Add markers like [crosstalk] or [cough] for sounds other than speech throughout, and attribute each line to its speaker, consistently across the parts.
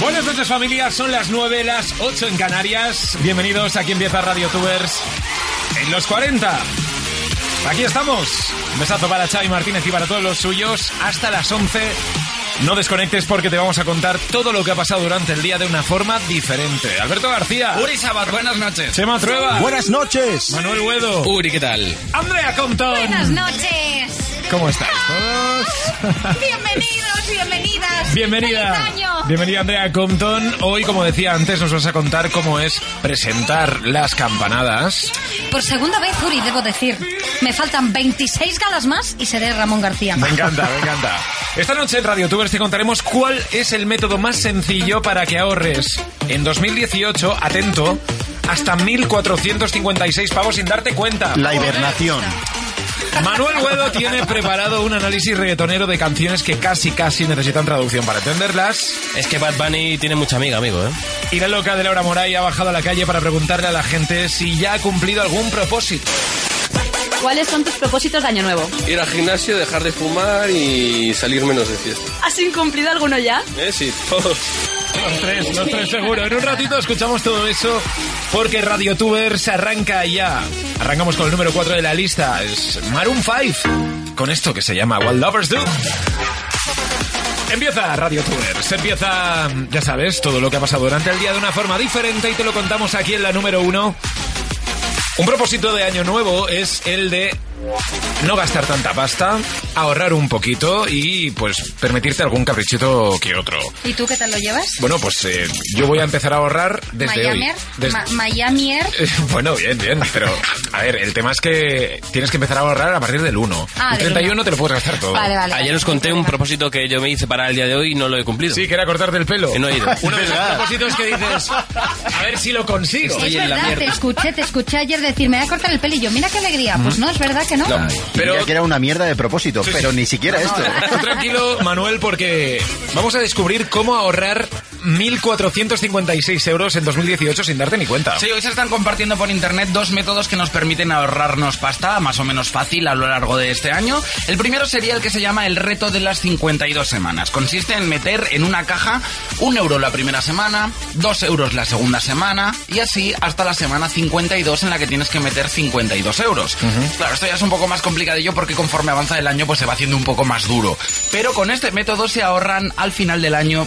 Speaker 1: Buenas noches familias, son las 9, las 8 en Canarias. Bienvenidos, aquí empieza Radio Tubers en los 40. Aquí estamos. Un besazo para Xavi Martínez y para todos los suyos. Hasta las 11. No desconectes porque te vamos a contar todo lo que ha pasado durante el día de una forma diferente. Alberto García.
Speaker 2: Uri Sabat, buenas noches.
Speaker 1: Chema Trueba.
Speaker 3: Buenas noches.
Speaker 1: Manuel Huedo.
Speaker 2: Uri, ¿qué tal?
Speaker 1: Andrea Compton.
Speaker 4: Buenas noches.
Speaker 1: ¿Cómo estáis todos?
Speaker 4: Bienvenidos, bienvenidas.
Speaker 1: Bienvenida.
Speaker 4: ¡Feliz año!
Speaker 1: Bienvenida Andrea Compton. Hoy, como decía antes, nos vas a contar cómo es presentar las campanadas.
Speaker 4: Por segunda vez, Uri, debo decir. Me faltan 26 galas más y seré Ramón García.
Speaker 1: Me encanta, me encanta. Esta noche en Radio Tubers te contaremos cuál es el método más sencillo para que ahorres en 2018, atento, hasta 1.456 pavos sin darte cuenta.
Speaker 3: La hibernación.
Speaker 1: Manuel Guedo tiene preparado un análisis reggaetonero de canciones que casi casi necesitan traducción para entenderlas.
Speaker 2: Es que Bad Bunny tiene mucha amiga, amigo, ¿eh?
Speaker 1: Y la loca de Laura Moray ha bajado a la calle para preguntarle a la gente si ya ha cumplido algún propósito.
Speaker 5: ¿Cuáles son tus propósitos de año nuevo?
Speaker 6: Ir al gimnasio, dejar de fumar y salir menos de fiesta.
Speaker 5: ¿Has incumplido alguno ya?
Speaker 6: ¿Eh? Sí, todos.
Speaker 1: Los tres, los tres seguro. En un ratito escuchamos todo eso porque Radio Tuber se arranca ya. Arrancamos con el número 4 de la lista. Es Maroon 5. Con esto que se llama What Lovers Do. Empieza Radio Tuber. Se empieza, ya sabes, todo lo que ha pasado durante el día de una forma diferente y te lo contamos aquí en la número 1. Un propósito de año nuevo es el de no gastar tanta pasta, ahorrar un poquito y pues permitirte algún caprichito que otro.
Speaker 4: ¿Y tú qué tal lo llevas?
Speaker 1: Bueno, pues eh, yo voy a empezar a ahorrar desde
Speaker 4: Miami
Speaker 1: hoy.
Speaker 4: Air.
Speaker 1: Des-
Speaker 4: Ma- Miami Air.
Speaker 1: Eh, [laughs] bueno, bien, bien, pero a ver, el tema es que tienes que empezar a ahorrar a partir del 1.
Speaker 4: Ah,
Speaker 1: el
Speaker 4: del
Speaker 1: 31 te lo puedes gastar todo.
Speaker 4: Vale, vale.
Speaker 2: Ayer os conté un propósito que yo me hice para el día de hoy y no lo he cumplido.
Speaker 1: Sí, que era cortarte el pelo.
Speaker 2: Y no he [laughs] ido.
Speaker 1: Uno de esos
Speaker 3: Verdad.
Speaker 1: propósitos que dices, a ver si lo consigo.
Speaker 4: Es
Speaker 2: Estoy en la
Speaker 4: verdad,
Speaker 2: mierda.
Speaker 4: te escuché, te escuché ayer decir, me voy a cortar el pelo y yo, mira qué alegría. Pues no, es verdad que no.
Speaker 1: Pero-
Speaker 3: Pero que era una mierda de propósito,
Speaker 1: Sí, sí.
Speaker 3: pero ni siquiera esto.
Speaker 1: Tú tranquilo, Manuel, porque vamos a descubrir cómo ahorrar 1.456 euros en 2018 sin darte ni cuenta.
Speaker 2: Sí, hoy se están compartiendo por internet dos métodos que nos permiten ahorrarnos pasta, más o menos fácil a lo largo de este año. El primero sería el que se llama el reto de las 52 semanas. Consiste en meter en una caja un euro la primera semana, dos euros la segunda semana y así hasta la semana 52 en la que tienes que meter 52 euros. Claro, esto ya es un poco más complicadillo porque conforme avanza el año pues se va haciendo un poco más duro. Pero con este método se ahorran al final del año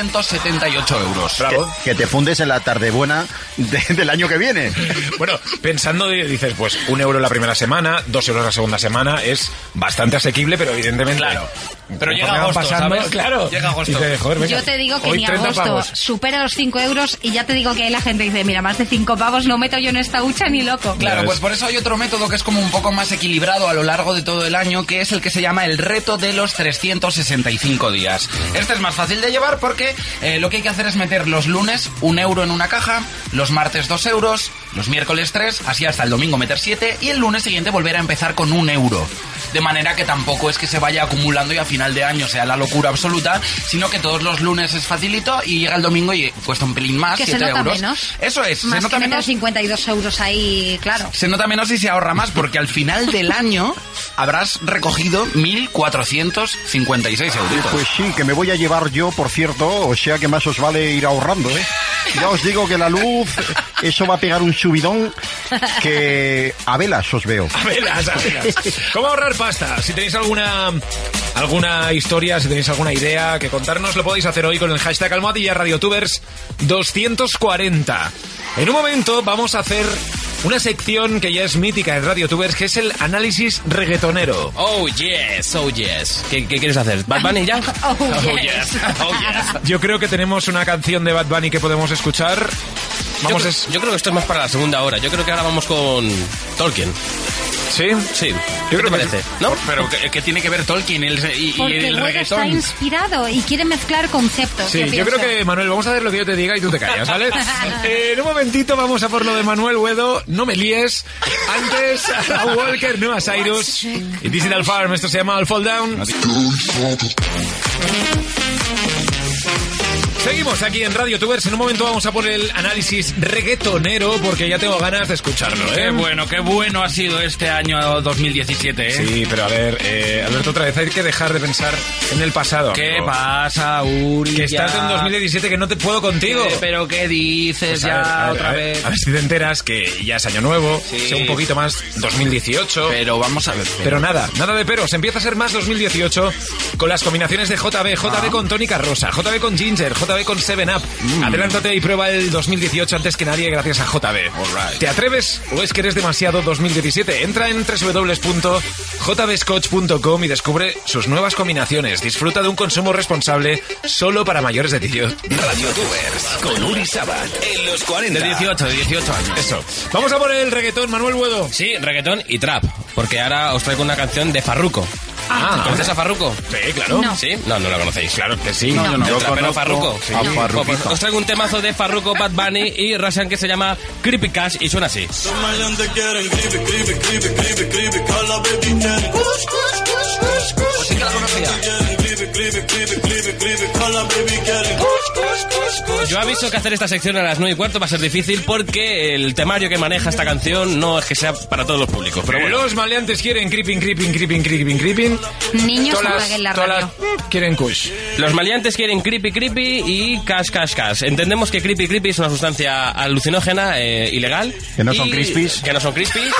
Speaker 2: 1.378 euros.
Speaker 3: Que, que te fundes en la tarde buena del año que viene.
Speaker 1: Bueno, pensando, eh, dices, pues un euro la primera semana, dos euros la segunda semana, es bastante asequible, pero evidentemente.
Speaker 2: Claro. Pero
Speaker 1: conforme
Speaker 2: llega
Speaker 1: van
Speaker 2: agosto, ¿sabes?
Speaker 1: Claro.
Speaker 2: Llega agosto.
Speaker 1: Y dices, joder, venga,
Speaker 4: Yo te digo que
Speaker 1: hoy
Speaker 4: ni
Speaker 1: 30
Speaker 4: agosto
Speaker 1: pavos.
Speaker 4: supera los 5 euros y ya te digo que ahí la gente dice, mira, más de 5 pavos no meto yo en esta hucha ni loco.
Speaker 1: Ya
Speaker 2: Claro,
Speaker 1: ves.
Speaker 2: pues por eso hay otro método que es como un poco más equilibrado a lo largo de todo el año, que es el que se llama el reto de los 365 días. Este es más fácil de llevar porque eh, lo que hay que hacer es meter los lunes un euro en una caja, los martes dos euros, los miércoles tres, así hasta el domingo meter siete y el lunes siguiente volver a empezar con un euro. De manera que tampoco es que se vaya acumulando y a final de año sea la locura absoluta, sino que todos los lunes es facilito y llega el domingo y cuesta un pelín más,
Speaker 4: Que se
Speaker 2: siete
Speaker 4: nota
Speaker 2: euros.
Speaker 4: menos.
Speaker 2: Eso es,
Speaker 4: Más
Speaker 2: se nota
Speaker 4: que meter
Speaker 2: menos
Speaker 4: 52 euros ahí, claro.
Speaker 2: se nota menos y se ahorra más, porque al final del año habrás recogido 1.456
Speaker 3: Eh, Pues
Speaker 2: euritos.
Speaker 3: sí, que me voy a llevar yo, por cierto, o sea que más os vale ir ahorrando, ¿eh? Ya os digo que la luz, eso va a pegar un subidón que a velas os veo.
Speaker 1: Velas, a velas. ¿Cómo ahorrar pasta? Si tenéis alguna alguna historia, si tenéis alguna idea que contarnos, lo podéis hacer hoy con el hashtag Almohadilla Radiotubers 240. En un momento vamos a hacer una sección que ya es mítica en Radiotubers, que es el análisis reggaetonero.
Speaker 2: Oh yes, oh yes.
Speaker 7: ¿Qué, qué quieres hacer? ¿Bad Bunny
Speaker 2: [laughs]
Speaker 7: ya?
Speaker 4: Oh, yes.
Speaker 2: Oh [laughs] yes.
Speaker 1: Yo creo que tenemos una canción de Bad Bunny que podemos escuchar. Vamos,
Speaker 7: yo,
Speaker 1: es...
Speaker 7: yo creo que esto es más para la segunda hora. Yo creo que ahora vamos con Tolkien.
Speaker 1: Sí,
Speaker 6: Sí.
Speaker 1: Yo creo que
Speaker 6: parece?
Speaker 1: sí.
Speaker 6: ¿No?
Speaker 2: Pero que, que tiene que ver Tolkien el- y, y
Speaker 4: Porque
Speaker 2: el
Speaker 4: luego está
Speaker 2: reggaetón.
Speaker 4: inspirado y quiere mezclar conceptos.
Speaker 1: Sí, yo creo
Speaker 4: pienso.
Speaker 1: que, Manuel, vamos a hacer lo que yo te diga y tú te callas, ¿vale? Eh, en un momentito vamos a por lo de Manuel Huedo, no me líes. Antes, a Walker, no a Cyrus. Y Digital Farm, esto se llama All Fall Down. Seguimos aquí en Radio Tubers. En un momento vamos a por el análisis reggaetonero porque ya tengo ganas de escucharlo,
Speaker 2: Qué
Speaker 1: ¿eh?
Speaker 2: bueno, qué bueno ha sido este año 2017, ¿eh?
Speaker 1: Sí, pero a ver, eh, Alberto, otra vez hay que dejar de pensar en el pasado.
Speaker 2: ¿Qué
Speaker 1: amigo.
Speaker 2: pasa, Uri?
Speaker 1: Que estás
Speaker 2: Ya.
Speaker 1: en 2017 que no te puedo contigo.
Speaker 2: Eh, ¿Pero qué dices
Speaker 1: Pues a
Speaker 2: ya
Speaker 1: ver, a ver,
Speaker 2: otra
Speaker 1: a ver,
Speaker 2: vez?
Speaker 1: A ver si te enteras que ya es año nuevo,
Speaker 2: Sí.
Speaker 1: sea un poquito más 2018. Pero,
Speaker 2: Pero vamos a ver.
Speaker 1: nada, nada de peros. Empieza a ser más 2018 con las combinaciones de JB, JB con tónica rosa, JB con ginger, JB con 7up. Adelántate y prueba el 2018 antes que nadie gracias a JB.
Speaker 2: Alright.
Speaker 1: ¿Te atreves o es que eres demasiado 2017? Entra en www.jbscotch.com y descubre sus nuevas combinaciones. Disfruta de un consumo responsable solo para mayores de 18.
Speaker 7: Radio Tubers con Uri Sabat en los 40.
Speaker 2: De 18, de 18 años.
Speaker 1: Eso. Vamos a por el reggaetón, Manuel Buedo.
Speaker 7: Sí, reggaetón y trap. Porque ahora os traigo una canción de Farruko.
Speaker 1: Ah,
Speaker 7: ¿Conoces a Farruko?
Speaker 1: Sí, claro.
Speaker 4: No.
Speaker 7: ¿Sí? No, no la conocéis.
Speaker 1: Claro que sí.
Speaker 4: No, yo no.
Speaker 7: El trapero
Speaker 3: conozco
Speaker 7: Farruko.
Speaker 3: a
Speaker 7: Sí.
Speaker 3: Farruquito.
Speaker 7: Pues os traigo un temazo de Farruko, Bad Bunny y Russian que se llama Creepy Cash y suena así. Pues Yo aviso que hacer esta sección a las 9 y cuarto va a ser difícil porque el temario que maneja esta canción no es que sea para todos los públicos. Pero bueno.
Speaker 1: Los maleantes quieren creeping, creeping, creeping, creeping, creeping.
Speaker 4: Niños
Speaker 1: Todas las-
Speaker 4: apaguen la
Speaker 1: todas
Speaker 4: radio.
Speaker 1: las- quieren kush.
Speaker 7: Los maleantes quieren creepy creepy y cash cash cash. Entendemos que creepy creepy es una sustancia alucinógena eh, ilegal.
Speaker 3: Que no son
Speaker 7: Y-
Speaker 3: crispies.
Speaker 7: Que no
Speaker 3: [laughs]
Speaker 7: son crispies.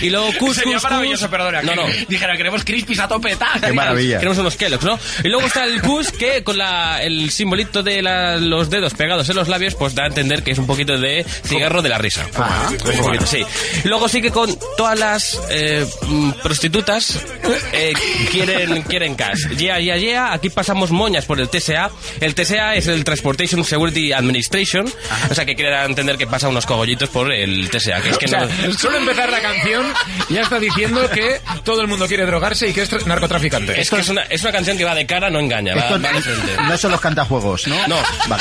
Speaker 7: y luego cus
Speaker 2: Sería
Speaker 7: cus,
Speaker 2: maravilloso,
Speaker 7: cus.
Speaker 2: perdona.
Speaker 7: No,
Speaker 2: que
Speaker 7: no.
Speaker 2: Dijera, queremos crispies a tope, tal.
Speaker 3: Qué maravilla.
Speaker 7: Queremos unos Kellogg's, ¿no? Y luego está el cus que con la, el simbolito de la- los dedos pegados en los labios pues da a entender que es un poquito de cigarro de la risa.
Speaker 3: Ah,
Speaker 7: Un poquito, sí. Y Luego sí que con todas las eh, mm, prostitutas eh, quieren, quieren cash. Yeah, yeah, yeah. Aquí pasamos moñas por el TSA. El TSA es el Transportation Security Administration. O sea que quieren entender que pasa unos cogollitos por el TSA. Que es que
Speaker 1: O sea,
Speaker 7: no...
Speaker 1: solo empezar la canción ya está diciendo que todo el mundo quiere drogarse y que es tra- narcotraficante.
Speaker 7: Es que es una, es una canción que va de cara, no engaña. Va,
Speaker 3: Esto
Speaker 7: va de frente.
Speaker 3: no son los cantajuegos, ¿no?
Speaker 7: No,
Speaker 3: Vale.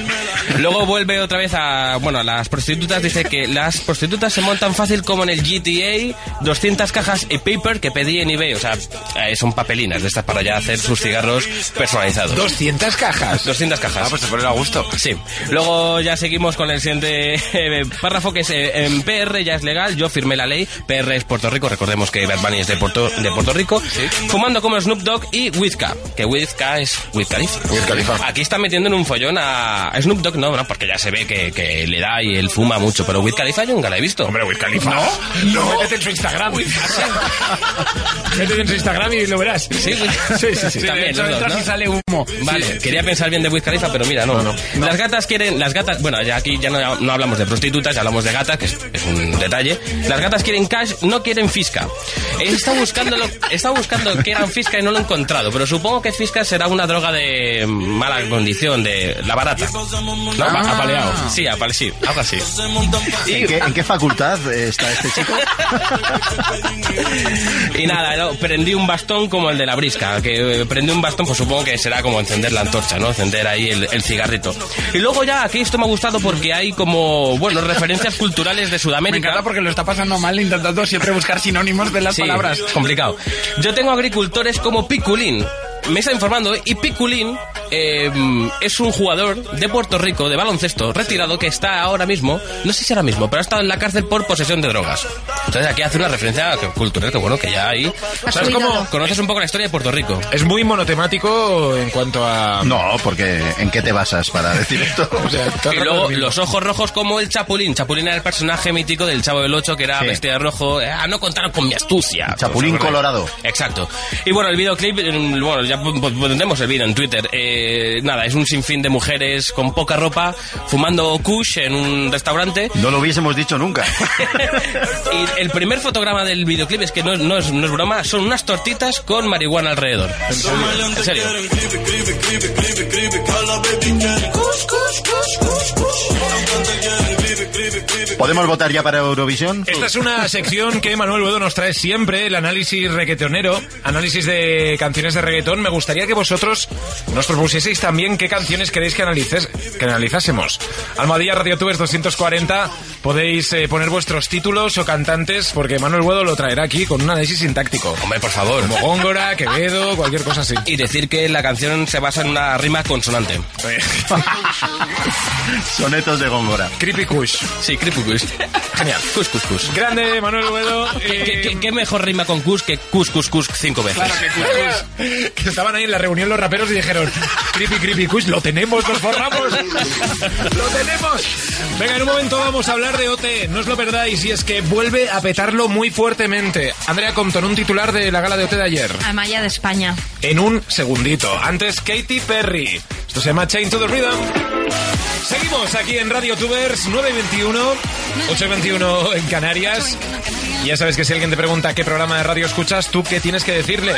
Speaker 7: [laughs] Luego vuelve otra vez a. Bueno, a las prostitutas. Dice que las prostitutas se montan fácil como en el GTA. 200 cajas y paper que pedí en eBay. O sea, eh, son papelinas de estas para ya hacer sus cigarros personalizados.
Speaker 1: 200 cajas.
Speaker 7: 200 cajas. Ah, pues se ponen a gusto. Sí. Luego ya seguimos con el siguiente eh, párrafo que es eh, en PR ya es legal, yo firmé la ley, PR es Puerto Rico, recordemos que Bad Bunny es de Puerto, de Puerto Rico, fumando como Snoop Dogg y Wizka, que Wizka es Wiz Khalifa. Aquí está metiendo en un follón a a Snoop Dogg, no, no, porque ya se ve que, que le da y él fuma mucho, pero Wiz Khalifa yo nunca la he visto.
Speaker 1: Hombre, Wiz Khalifa. No, no. Métete en su Instagram. Métete en su Instagram y lo verás.
Speaker 7: Sí, Wiz-
Speaker 1: sí, sí. sí.
Speaker 7: También, los dos, ¿no?
Speaker 2: sale humo.
Speaker 7: Vale, quería pensar bien de Wiz Khalifa, pero mira, no, no, Las gatas quieren, las gatas, bueno, ya aquí ya no, no hablamos de prostitutas, ya hablamos de gatas, que es, es un detalle. Las gatas quieren cash, no quieren fisca. Está buscando, está buscando que eran fisca y no lo he encontrado, pero supongo que fisca será una droga de mala condición, de la barata. ¿No? apaleado. Sí, apale, sí, algo así.
Speaker 3: ¿En qué, en qué facultad eh, está este chico?
Speaker 7: Y nada, no, prendí un bastón como el de la brisca, que eh, prendí un bastón, pues supongo que será como encender la antorcha, ¿no? Encender ahí el, el cigarrito. Y luego ya, aquí esto me ha gustado porque hay como, bueno, referencias culturales de
Speaker 2: Me
Speaker 7: Sudamérica.
Speaker 2: encanta porque lo está pasando mal intentando siempre buscar sinónimos de las
Speaker 7: Sí,
Speaker 2: palabras.
Speaker 7: es complicado. Yo tengo agricultores como Piculín. Me está informando y Piculín eh, es un jugador de Puerto Rico de baloncesto retirado que está ahora mismo, no sé si ahora mismo, pero ha estado en la cárcel por posesión de drogas. Entonces aquí hace una referencia cultural que bueno que ya ahí.
Speaker 4: A
Speaker 7: ¿Sabes
Speaker 4: su
Speaker 7: cómo?
Speaker 4: ídolo.
Speaker 7: Conoces un poco la historia de Puerto Rico.
Speaker 1: Es muy monotemático en cuanto a...
Speaker 3: No, porque ¿en qué te basas para decir esto?
Speaker 1: O sea, todo
Speaker 7: Y
Speaker 1: el rato lo
Speaker 7: luego
Speaker 1: mismo.
Speaker 7: los ojos rojos como el Chapulín. Chapulín era el personaje mítico del Chavo del Ocho que era
Speaker 3: Sí.
Speaker 7: bestia de rojo. Eh, Ah, no contaron con mi astucia.
Speaker 3: Chapulín
Speaker 7: Pues,
Speaker 3: colorado.
Speaker 7: Exacto. Y bueno, el videoclip, eh, bueno, ya po- po- pondremos el vídeo en Twitter. Eh, nada, es un sinfín de mujeres con poca ropa fumando kush en
Speaker 3: [laughs]
Speaker 7: un restaurante.
Speaker 3: No lo hubiésemos dicho nunca.
Speaker 7: y el primer fotograma del videoclip es que no, es- no es, no es broma, son unas tortitas con marihuana alrededor. En serio.
Speaker 3: ¿Podemos votar ya para Eurovisión?
Speaker 1: Esta es una sección que Manuel Bodo nos trae siempre, el análisis reggaetonero, análisis de canciones de reggaetón. Me gustaría que vosotros nos propusieseis también qué canciones queréis que, analices, que analizásemos. Almadilla Radio Tubes 240, podéis eh, poner vuestros títulos o cantantes, porque Manuel Bodo lo traerá aquí con un análisis sintáctico.
Speaker 7: Hombre, por favor.
Speaker 1: Como Góngora, Quevedo, cualquier cosa así.
Speaker 7: Y decir que la canción se basa en una rima consonante.
Speaker 3: [laughs] Sonetos de Góngora.
Speaker 1: Creepy Kush.
Speaker 7: Sí, cripupus. Genial. Cus, cus, cus.
Speaker 1: Grande, Manuel Bodo.
Speaker 7: ¿Qué, qué-
Speaker 1: eh,
Speaker 7: qué- qué mejor rima con cus que cus, cus, cus cinco veces?
Speaker 1: [laughs] que, estaban ahí en la reunión los raperos y dijeron, creepy, creepy, quiz, lo tenemos, nos forramos, [laughs] lo tenemos. Venga, en un momento vamos a hablar de OT, no os lo perdáis, y es que vuelve a petarlo muy fuertemente. Andrea Compton, un titular de la gala de OT de ayer,
Speaker 4: Amaya de España.
Speaker 1: en un segundito. Antes, Katy Perry. Esto se llama Chain to the Rhythm. Seguimos aquí en Radio Tubers 9 y 21, 8 y 21 en Canarias. Y Ya sabes que si alguien te pregunta qué programa de radio escuchas, ¿tú qué tienes que decirle?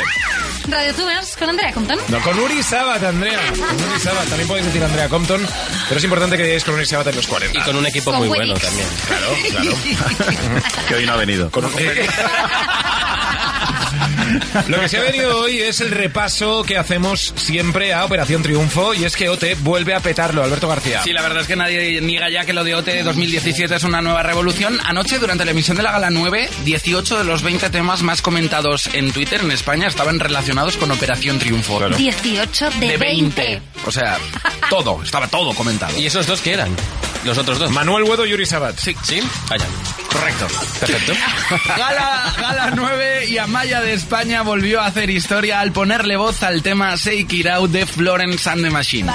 Speaker 4: Radio Tubers con Andrea Compton.
Speaker 1: No, con Uri Sabat, Andrea. Con Uri Sabat. También podéis decir Andrea Compton, pero es importante que digáis con Uri Sabat en los
Speaker 7: Y
Speaker 1: 40.
Speaker 7: con un equipo
Speaker 4: Con
Speaker 7: muy
Speaker 4: buen
Speaker 7: bueno
Speaker 4: ex.
Speaker 7: también.
Speaker 3: [laughs] Que hoy no ha venido.
Speaker 1: Con un- Lo que se ha venido hoy es el repaso que hacemos siempre a Operación Triunfo y es que OT vuelve a petarlo, Alberto García.
Speaker 2: Sí, la verdad es que nadie niega ya que lo de OT 2017 es una nueva revolución. Anoche, durante la emisión de la Gala 9, 18 de los 20 temas más comentados en Twitter en España estaban relacionados con Operación Triunfo.
Speaker 4: 18 de,
Speaker 2: De
Speaker 4: 20.
Speaker 2: 20. O sea, todo, estaba todo comentado.
Speaker 7: ¿Y esos dos qué eran? Los otros dos.
Speaker 1: Manuel Huedo y Uri Sabat.
Speaker 7: Sí. ¿Sí? Vaya.
Speaker 2: Correcto.
Speaker 7: Perfecto.
Speaker 2: Gala, Gala 9 y Amaya de España volvió a hacer historia al ponerle voz al tema Shake It Out de Florence and the Machine.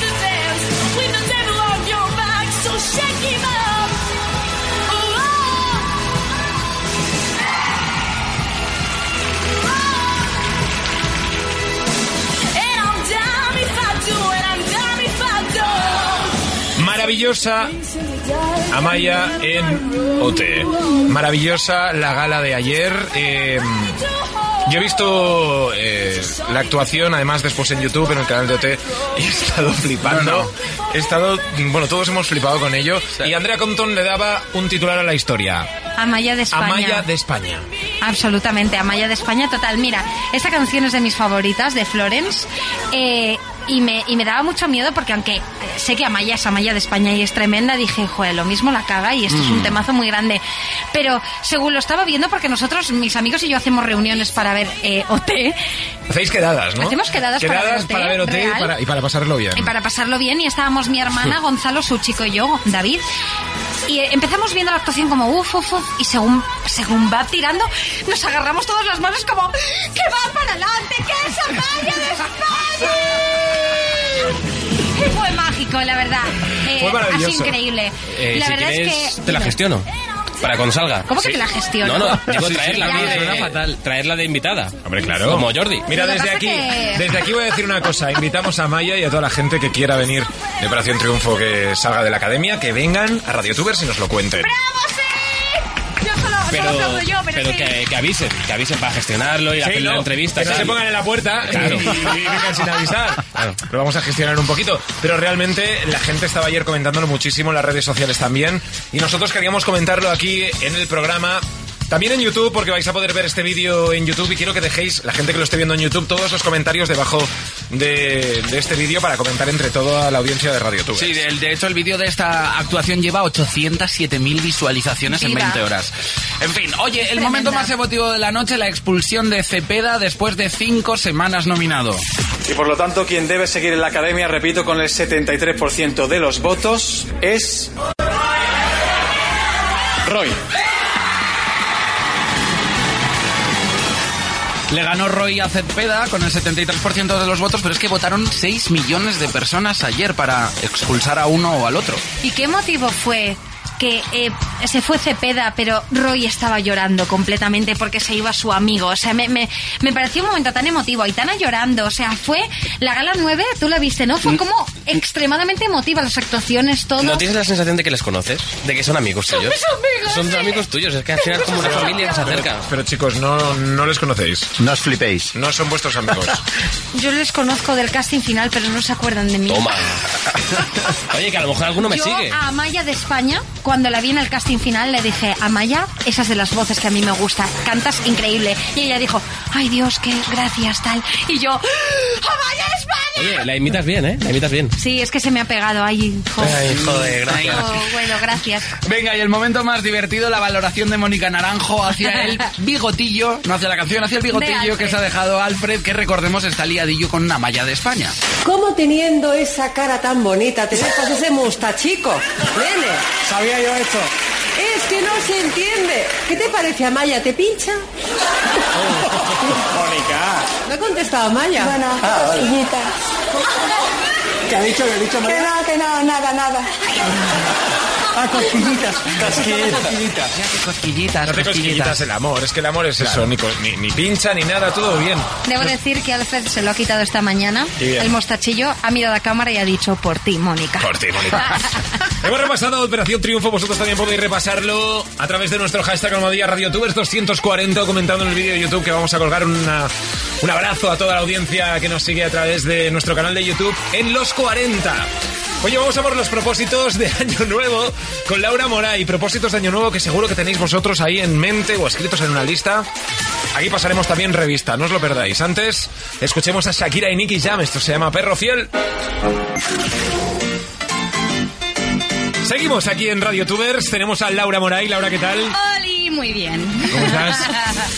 Speaker 5: Oh,
Speaker 1: Maravillosa Amaya en OT. Maravillosa la gala de ayer. Eh, yo he visto eh, la actuación, además después en YouTube, en el canal de OT, y he estado [laughs] flipando. He estado, bueno, todos hemos flipado con ello. Y Andrea Compton le daba un titular a la historia.
Speaker 4: Amaya de España.
Speaker 1: Amaya de España.
Speaker 4: Absolutamente, Amaya de España total. Mira, esta canción es de mis favoritas, de Florence, eh, y, me, y me daba mucho miedo porque aunque eh, sé que Amaya es Amaya de España y es tremenda, dije, joder, lo mismo la caga y esto es
Speaker 1: Mm.
Speaker 4: un temazo muy grande. Pero según lo estaba viendo, porque nosotros, mis amigos y yo hacemos reuniones para ver eh, OT,
Speaker 1: Hacéis quedadas, ¿no?
Speaker 4: Hacemos quedadas para ver OT,
Speaker 1: para ver OT, y
Speaker 4: real.
Speaker 1: para- y para pasarlo bien.
Speaker 4: Y para pasarlo bien, y estábamos mi
Speaker 7: [laughs]
Speaker 4: hermana, Gonzalo, su chico y yo, David. Y eh, empezamos viendo la actuación como uff, uff, uff, y según, según va tirando, nos agarramos todas las manos como ¡Que va para adelante! ¡Que es Amaya de España! Y fue mágico, la verdad. Eh,
Speaker 1: Fue maravilloso.
Speaker 4: así increíble.
Speaker 7: Eh,
Speaker 4: la
Speaker 7: si
Speaker 4: verdad
Speaker 7: quieres,
Speaker 4: es que.
Speaker 7: te la gestiono. Para cuando salga.
Speaker 4: ¿Cómo que te la gestiono?
Speaker 7: No, no,
Speaker 4: [laughs]
Speaker 7: digo
Speaker 1: Sí, sí,
Speaker 7: traerla,
Speaker 4: ya,
Speaker 7: a mí
Speaker 4: ya,
Speaker 7: de-
Speaker 4: ya.
Speaker 7: traerla de invitada.
Speaker 1: Hombre, claro.
Speaker 7: Como Jordi.
Speaker 1: Mira,
Speaker 4: Lo que
Speaker 1: desde
Speaker 4: pasa
Speaker 1: aquí,
Speaker 4: que-
Speaker 1: desde aquí voy a decir una cosa. Invitamos a Maya y a toda la gente que quiera venir de Operación Triunfo, que salga de la academia, que vengan a RadioTubers y nos lo cuenten.
Speaker 4: ¡Bravo, sí! Yo solo,
Speaker 7: Pero,
Speaker 4: solo aplaudo yo, pero,
Speaker 7: pero
Speaker 4: sí.
Speaker 7: que, que avisen, que avisen para gestionarlo y
Speaker 1: Sí,
Speaker 7: hacer
Speaker 1: no,
Speaker 7: la entrevista.
Speaker 1: Que no
Speaker 7: tal.
Speaker 1: se pongan en la puerta
Speaker 7: Claro.
Speaker 1: y, y vengan sin avisar.
Speaker 7: Claro.
Speaker 1: Lo vamos a gestionar un poquito. Pero realmente la gente estaba ayer comentándolo muchísimo en las redes sociales también. Y nosotros queríamos comentarlo aquí en el programa. También en YouTube, porque vais a poder ver este vídeo en YouTube y quiero que dejéis, la gente que lo esté viendo en YouTube, todos los comentarios debajo de, de este vídeo para comentar entre toda la audiencia de Radio Tube.
Speaker 2: Sí, de, de hecho el vídeo de esta actuación lleva 807.000 visualizaciones
Speaker 4: Viva.
Speaker 2: en 20 horas. En fin, oye, el
Speaker 4: Tremenda.
Speaker 2: momento más emotivo de la noche, la expulsión de Cepeda después de cinco semanas nominado.
Speaker 8: Y por lo tanto, quien debe seguir en la academia, repito, con el 73% de los votos es. Roy.
Speaker 2: Le ganó Roy a Cepeda con el 73% de los votos, pero es que votaron 6 millones de personas ayer para expulsar a uno o al otro.
Speaker 4: ¿Y qué motivo fue? que eh, se fue Cepeda, pero Roy estaba llorando completamente porque se iba su amigo. O sea, me, me, me pareció un momento tan emotivo. Aitana llorando. O sea, fue la gala 9, tú la viste, ¿no? Fue como extremadamente emotiva. Las actuaciones, todo.
Speaker 7: Mm. ¿No tienes la sensación de que les conoces? ¿De que son amigos
Speaker 4: Son
Speaker 7: tuyos?
Speaker 4: mis amigos,
Speaker 7: Son
Speaker 4: sí.
Speaker 7: amigos tuyos, es que al final es como una familia que se acerca.
Speaker 1: Pero chicos, no, no les conocéis.
Speaker 3: No os flipéis.
Speaker 1: [laughs] No son vuestros amigos.
Speaker 4: Yo les conozco del casting final, pero no se acuerdan de mí.
Speaker 7: Toma. Oye, que a lo mejor alguno me
Speaker 4: Yo
Speaker 7: sigue.
Speaker 4: a Amaya de España, cuando la vi en el casting final, le dije, Amaya, esas de las voces que a mí me gustan, cantas increíble. Y ella dijo, ay Dios, qué gracias, tal. Y yo, "¡Ah, Amaya de España.
Speaker 7: Oye, la imitas bien, ¿eh? La imitas bien.
Speaker 4: Sí, es que se me ha pegado ahí.
Speaker 7: joder,
Speaker 4: bueno, gracias.
Speaker 2: Venga, y el momento más divertido, la valoración de Mónica Naranjo
Speaker 4: [laughs]
Speaker 2: hacia el bigotillo, no hacia la canción, hacia el bigotillo
Speaker 4: Alfred.
Speaker 2: que se ha dejado Alfred, que recordemos está liadillo con una malla de España.
Speaker 9: ¿Cómo teniendo esa cara tan bonita te dejas ese mostachico? Nene,
Speaker 8: Sabía yo esto.
Speaker 9: es que no se entiende. ¿Qué te parece, Amaya? ¿Te pincha?
Speaker 8: Oh, Mónica. Ah,
Speaker 9: No ha contestado Amaya. Bueno, cosillitas.
Speaker 8: ¿Qué ha dicho? ¿Qué ha dicho Amaya?
Speaker 9: no, que no, nada, nada.
Speaker 8: Ah, cosquillitas. Cosquillitas.
Speaker 2: Ya que cosquillitas,
Speaker 1: No te cosquillitas
Speaker 7: eh.
Speaker 1: el amor, es que el amor es eso, ni, co- ni, ni pincha ni nada, todo bien.
Speaker 4: Debo decir que Alfred se lo ha quitado esta mañana.
Speaker 1: Qué bien.
Speaker 4: El mostachillo ha mirado a cámara y ha dicho, por ti, Mónica.
Speaker 1: Por ti, Mónica. Hemos repasado Operación Triunfo, vosotros también podéis repasarlo a través de nuestro hashtag Almadía Radio Tubers 240 o comentando en el vídeo de YouTube que vamos a colgar una- un abrazo a toda la audiencia que nos sigue a través de nuestro canal de YouTube en los 40. Oye, vamos a por los propósitos de Año Nuevo con Laura Moray. Propósitos de Año Nuevo que seguro que tenéis vosotros ahí en mente o escritos en una lista. Aquí pasaremos también revista, no os lo perdáis. Antes, escuchemos a Shakira y Nicky Jam. Esto se llama Perro Fiel. Seguimos aquí en Radio Tubers. Tenemos a Laura Moray. Laura, ¿qué tal?
Speaker 5: Oli, muy bien.
Speaker 1: ¿Cómo
Speaker 4: [laughs]
Speaker 1: estás?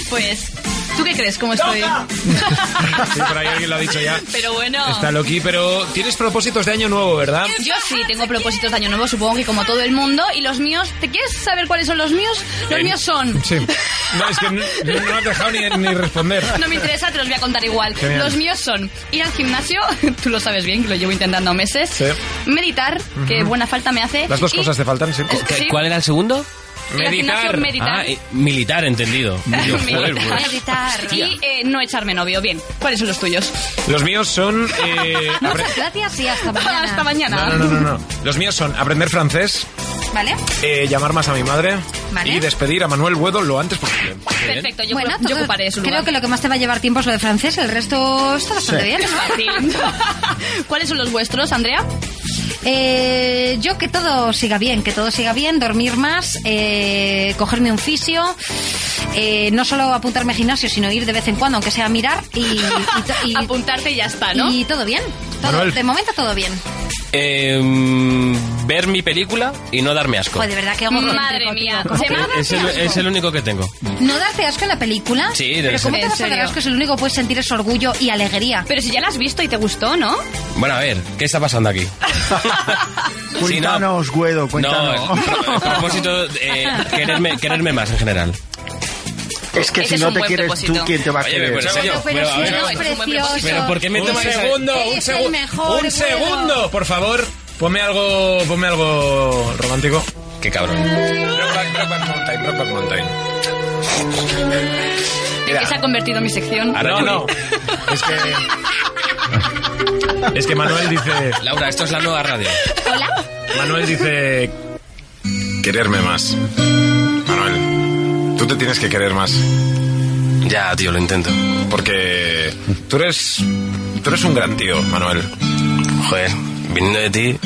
Speaker 5: Pues, ¿tú qué crees? ¿Cómo estoy?
Speaker 1: Sí, por ahí alguien lo ha dicho ya.
Speaker 5: Pero bueno.
Speaker 1: Está Loki, pero tienes propósitos de año nuevo, ¿verdad?
Speaker 5: Yo sí, tengo propósitos de año nuevo, supongo que como todo el mundo. Y los míos, ¿te quieres saber cuáles son los míos? Los míos son...
Speaker 1: Sí. No, es que no, no has dejado ni, ni responder.
Speaker 5: No me interesa, te los voy a contar igual.
Speaker 1: Genial.
Speaker 5: Los míos son ir al gimnasio, [laughs] tú lo sabes bien, que lo llevo intentando meses.
Speaker 1: Sí.
Speaker 5: Meditar, que buena falta me hace.
Speaker 1: Las dos
Speaker 5: y
Speaker 1: cosas te faltan, sí.
Speaker 5: ¿Qué- Sí.
Speaker 7: ¿Cuál
Speaker 5: cuál
Speaker 7: era el segundo?
Speaker 5: ir al gimnasio,
Speaker 1: Meditar.
Speaker 5: meditar.
Speaker 7: Ah, eh, militar, entendido. Yo, joder, pues.
Speaker 5: Meditar.
Speaker 4: Meditar.
Speaker 5: Y eh, no echarme novio. Bien, ¿cuáles son los tuyos?
Speaker 1: Los míos son. eh, apre-
Speaker 4: Muchas gracias y hasta mañana.
Speaker 5: [laughs] Hasta mañana.
Speaker 1: No, no, no, no, no. Los míos son aprender francés,
Speaker 4: ¿Vale?
Speaker 1: eh, llamar más a mi madre
Speaker 4: Vale.
Speaker 1: y despedir a Manuel Buedo lo antes posible.
Speaker 5: Perfecto, yo,
Speaker 4: bueno,
Speaker 5: yo
Speaker 4: todo-
Speaker 5: ocuparé su lugar.
Speaker 4: creo que lo que más te va a llevar tiempo es lo de francés. El resto está bastante bien, ¿no?
Speaker 5: Fácil. ¿Cuáles son los vuestros, Andrea?
Speaker 4: Eh, yo que todo siga bien, que todo siga bien, dormir más, eh, cogerme un fisio, eh, no solo apuntarme a gimnasio, sino ir de vez en cuando, aunque sea a mirar y, y
Speaker 5: [laughs]
Speaker 4: to- y-
Speaker 5: Apuntarte y ya está, ¿no?
Speaker 4: y todo bien. Todo-
Speaker 1: Manuel.
Speaker 4: de momento todo bien.
Speaker 7: Eh, mm, ver mi película y no darme asco.
Speaker 4: Joder, de verdad que hago
Speaker 5: Madre mía. ¿Se me
Speaker 7: Eh,
Speaker 5: ha dado
Speaker 7: es, el,
Speaker 5: asco?
Speaker 7: es el único que tengo.
Speaker 4: ¿No darte asco en la película?
Speaker 7: Sí, debe
Speaker 4: Pero
Speaker 7: ser.
Speaker 4: ¿cómo te
Speaker 5: ¿En
Speaker 4: vas a dar
Speaker 5: serio?
Speaker 4: asco si lo único que puedes sentir es orgullo y alegría?
Speaker 5: Pero si ya la has visto y te gustó, ¿no?
Speaker 7: Bueno, a ver, ¿qué está pasando aquí? Si no-
Speaker 3: Cuéntanos, Guedo, cuéntanos.
Speaker 7: No, el pro- el propósito, eh, quererme, quererme más en general.
Speaker 3: es que
Speaker 5: Ese
Speaker 3: si
Speaker 5: es
Speaker 3: no
Speaker 5: un
Speaker 3: te
Speaker 5: buen
Speaker 3: quieres
Speaker 5: propósito.
Speaker 3: tú, ¿quién te va a
Speaker 7: Oye,
Speaker 3: querer?
Speaker 7: pero en serio,
Speaker 4: Bueno, pero
Speaker 7: pero,
Speaker 4: si
Speaker 7: a ver,
Speaker 4: no
Speaker 7: a
Speaker 4: es
Speaker 7: ver.
Speaker 4: precioso.
Speaker 7: Pero ¿por qué me
Speaker 1: Un
Speaker 7: tomas
Speaker 1: segundo, un
Speaker 4: Es el
Speaker 1: segundo.
Speaker 4: mejor,
Speaker 1: Un
Speaker 4: Guedo.
Speaker 1: segundo, por favor. Ponme algo, ponme algo romántico.
Speaker 7: Qué cabrón.
Speaker 1: Brokeback, Brokeback Mountain, Brokeback Mountain.
Speaker 5: ¿En qué se ha convertido mi sección?
Speaker 7: Ahora
Speaker 1: No,
Speaker 7: Yuri.
Speaker 1: no. Es que. Es que Manuel dice.
Speaker 7: Laura, esto es la nueva radio.
Speaker 1: Manuel dice. Quererme más. Manuel, tú te tienes que querer más.
Speaker 7: Ya, tío, lo intento.
Speaker 1: Porque. Tú eres. Tú eres un gran tío, Manuel.
Speaker 7: Joder, viniendo de ti,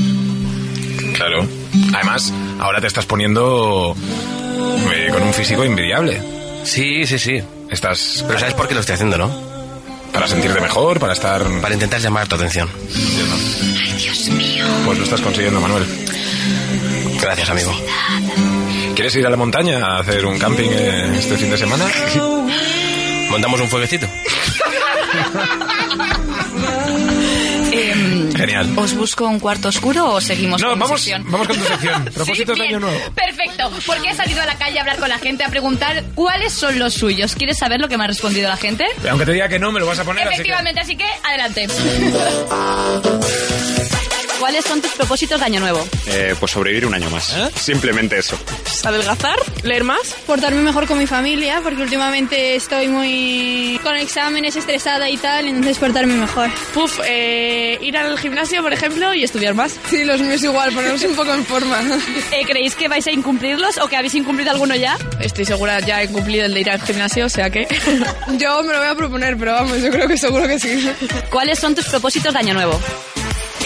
Speaker 1: Claro. Además, ahora te estás poniendo. eh, con un físico envidiable.
Speaker 7: sí, sí, sí.
Speaker 1: Estás.
Speaker 7: Pero sabes por qué lo estoy haciendo, ¿no?
Speaker 1: Para sentirte mejor, para estar.
Speaker 7: Para intentar llamar tu atención.
Speaker 1: Pues lo estás consiguiendo, Manuel.
Speaker 7: Gracias, amigo.
Speaker 1: ¿Quieres ir a la montaña a hacer un camping eh, este fin de semana?
Speaker 7: [laughs] Montamos un fueguecito.
Speaker 5: [laughs] Em,
Speaker 1: Genial.
Speaker 5: ¿Os busco un cuarto oscuro o seguimos
Speaker 1: No,
Speaker 5: con mi
Speaker 1: vamos,
Speaker 5: sección?
Speaker 1: vamos con tu sección. Propósitos
Speaker 5: Sí,
Speaker 1: de año
Speaker 5: bien.
Speaker 1: nuevo.
Speaker 5: Perfecto, porque he salido a la calle a hablar con la gente a preguntar cuáles son los suyos. ¿Quieres saber lo que me ha respondido la gente?
Speaker 1: Aunque te diga que no, me lo vas a poner. así que-
Speaker 5: Efectivamente, así que adelante. ¿Cuáles son tus propósitos de año nuevo?
Speaker 10: Eh, pues sobrevivir un año más.
Speaker 7: ¿Eh?
Speaker 10: Simplemente eso.
Speaker 11: Adelgazar, leer más.
Speaker 12: Portarme mejor con mi familia, porque últimamente estoy muy con exámenes, estresada y tal, entonces portarme mejor.
Speaker 11: Puf, eh, ir al gimnasio, por ejemplo, y estudiar más.
Speaker 12: Sí, los míos igual, ponernos un poco en forma.
Speaker 5: Eh, ¿Creéis que vais a incumplirlos o que habéis incumplido alguno ya?
Speaker 11: Estoy segura, ya he cumplido el de ir al gimnasio, o sea que...
Speaker 12: Yo me lo voy a proponer, pero vamos, yo creo que seguro que sí.
Speaker 5: ¿Cuáles son tus propósitos de año nuevo?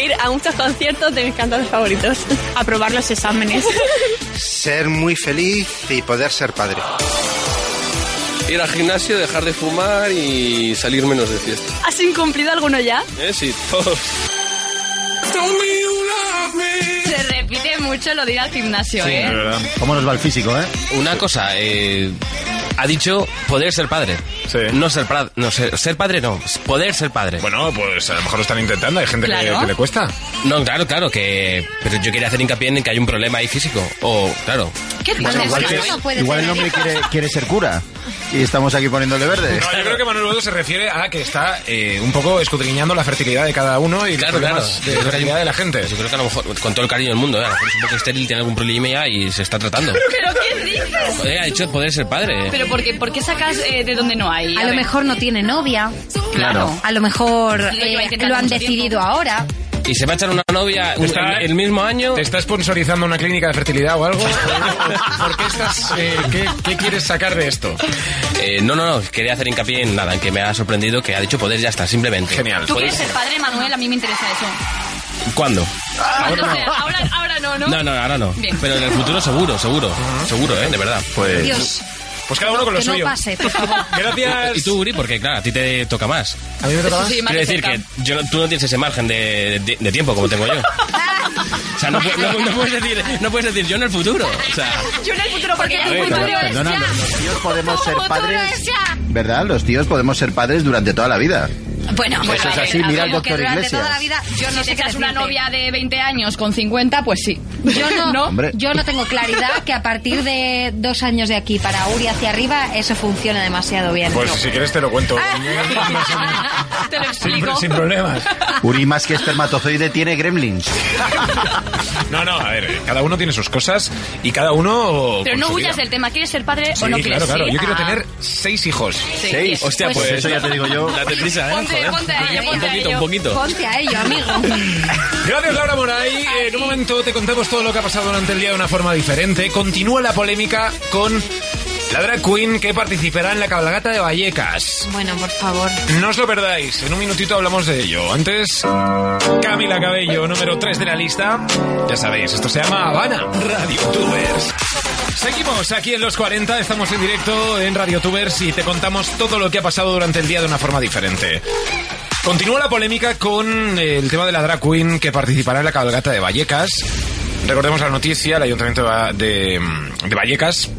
Speaker 11: Ir a muchos conciertos de mis cantantes favoritos. Aprobar los exámenes.
Speaker 13: Ser muy feliz y poder ser padre.
Speaker 6: Ir al gimnasio, dejar de fumar y salir menos de fiesta.
Speaker 5: ¿Has incumplido alguno ya?
Speaker 6: ¿Eh? Sí, todos.
Speaker 5: Se repite mucho lo de ir al gimnasio, ¿eh?
Speaker 3: ¿Cómo nos va el físico, eh?
Speaker 7: Una cosa, eh, ha dicho poder ser padre. No ser padre, no ser, ser padre no, poder ser padre.
Speaker 1: Bueno, pues a lo mejor lo están intentando, hay gente que-
Speaker 7: Claro.
Speaker 1: que le cuesta.
Speaker 7: No, claro, claro, que... Pero yo quería hacer hincapié en que hay un problema ahí físico. O, claro...
Speaker 4: ¿Qué
Speaker 7: Bueno,
Speaker 4: pasa?
Speaker 7: igual
Speaker 4: Eso
Speaker 7: que-
Speaker 4: no puede
Speaker 3: Igual el
Speaker 4: ser.
Speaker 3: hombre quiere, quiere ser cura. Y estamos aquí poniéndole verde.
Speaker 1: No, yo creo que Manuel Bodo se refiere a que está eh, un poco escudriñando la fertilidad de cada uno y
Speaker 7: Claro,
Speaker 1: los
Speaker 7: claro.
Speaker 1: problemas de fertilidad de la gente.
Speaker 7: Yo creo que a lo mejor, con todo el cariño del mundo, ¿eh? a lo mejor es un poco estéril, tiene algún problema ya y se está tratando.
Speaker 5: ¿Pero qué dices?
Speaker 7: Joder, ha dicho poder ser padre. ¿eh?
Speaker 5: ¿Pero por qué, por qué sacas eh, de donde no hay?
Speaker 4: A lo
Speaker 5: ver.
Speaker 4: mejor no tiene novia.
Speaker 7: Claro.
Speaker 4: A lo mejor
Speaker 5: Digo, lleva
Speaker 4: eh,
Speaker 5: intentando
Speaker 4: lo han
Speaker 5: mucho
Speaker 4: decidido ahora.
Speaker 7: Y se va a echar una novia un-
Speaker 1: Está-
Speaker 7: el, el mismo año.
Speaker 1: ¿Te está sponsorizando una clínica de fertilidad o [laughs] algo? ¿Por qué estás, eh, qué, qué quieres sacar de esto?
Speaker 7: Eh, no, no, no, quería hacer hincapié en nada, en que me ha sorprendido que ha dicho poder ya está, simplemente. Genial.
Speaker 5: ¿Tú quieres ser padre, Manuel? A mí me interesa eso.
Speaker 7: ¿Cuándo?
Speaker 5: O sea, ahora, ahora no, ¿no?
Speaker 7: No, no, ahora no.
Speaker 5: Bien.
Speaker 7: Pero en el futuro seguro, seguro. Seguro, ¿eh? De verdad. Pues,
Speaker 4: Dios.
Speaker 1: Pues cada uno con lo
Speaker 4: que
Speaker 1: suyo.
Speaker 4: no pase,
Speaker 1: [laughs]
Speaker 4: pues por favor.
Speaker 1: Gracias.
Speaker 7: Y tú, Uri, porque claro, a ti te toca más.
Speaker 1: ¿A mí me toca más? Sí, sí, más de
Speaker 7: Quiero decir que
Speaker 1: cerca.
Speaker 7: yo no- tú no tienes ese margen de, de- de tiempo como tengo yo. O sea, no, pu- no- no puedes decir, no puedes decir yo en el futuro. O sea,
Speaker 5: Yo en el futuro, porque ya
Speaker 3: A
Speaker 5: soy
Speaker 3: ver,
Speaker 5: muy
Speaker 3: pero-
Speaker 5: madre ahora.
Speaker 3: perdona, los tíos podemos ser padres,
Speaker 4: Ya.
Speaker 3: ¿verdad? Los tíos podemos ser padres durante toda la vida.
Speaker 4: Bueno,
Speaker 3: Eso
Speaker 5: pues
Speaker 4: bueno,
Speaker 3: es
Speaker 4: a ver,
Speaker 3: así,
Speaker 4: a
Speaker 3: mira
Speaker 4: ver,
Speaker 3: al
Speaker 4: lo
Speaker 3: doctor
Speaker 4: que durante
Speaker 3: Iglesias.
Speaker 4: toda la vida, yo no sé
Speaker 5: si te
Speaker 4: qué
Speaker 5: echas una
Speaker 4: decirte.
Speaker 5: novia de 20 años con 50, pues sí.
Speaker 4: Yo [laughs] no,
Speaker 5: Hombre.
Speaker 4: yo no tengo claridad que a partir de dos años de aquí para Uri hacia arriba eso funciona demasiado bien.
Speaker 1: Pues
Speaker 4: No.
Speaker 1: si quieres te lo cuento.
Speaker 5: Te
Speaker 14: [laughs]
Speaker 1: [laughs]
Speaker 5: lo
Speaker 1: Sin,
Speaker 5: explico.
Speaker 1: sin problemas.
Speaker 3: Uri más que espermatozoide tiene gremlins.
Speaker 1: No, no, a ver, eh, cada uno tiene sus cosas y cada uno.
Speaker 5: Pero
Speaker 1: con
Speaker 5: no
Speaker 1: su
Speaker 5: huyas
Speaker 1: vida.
Speaker 5: del tema. ¿Quieres ser padre
Speaker 1: Sí,
Speaker 5: o no
Speaker 1: claro,
Speaker 5: quieres?
Speaker 1: claro.
Speaker 5: Sí,
Speaker 1: Yo quiero
Speaker 5: ah.
Speaker 1: tener seis hijos.
Speaker 5: ¿Seis?
Speaker 7: hostia, pues,
Speaker 3: eso ya te digo yo.
Speaker 7: [laughs] Date prisa, ¿eh?
Speaker 5: Ponte,
Speaker 7: Joder.
Speaker 5: ponte a ello,
Speaker 7: Un
Speaker 5: ponte a
Speaker 7: poquito,
Speaker 5: ello.
Speaker 7: un poquito.
Speaker 4: Ponte a ello, amigo.
Speaker 1: Gracias, Laura Moray. Eh, en un momento te contamos todo lo que ha pasado durante el día de una forma diferente. Continúa la polémica con la drag queen que participará en la cabalgata de Vallecas.
Speaker 4: [laughs] Bueno, por favor.
Speaker 1: No os lo perdáis, en un minutito hablamos de ello. Antes, Camila Cabello, número 3 de la lista. Ya sabéis, esto se llama Habana Radio Tubers. Seguimos aquí en los 40, estamos en directo en Radio Tubers y te contamos todo lo que ha pasado durante el día de una forma diferente. Continúa la polémica con eh, el tema de la drag queen que participará en la cabalgata de Vallecas. Recordemos la noticia, el ayuntamiento de Va- de, mm, de Vallecas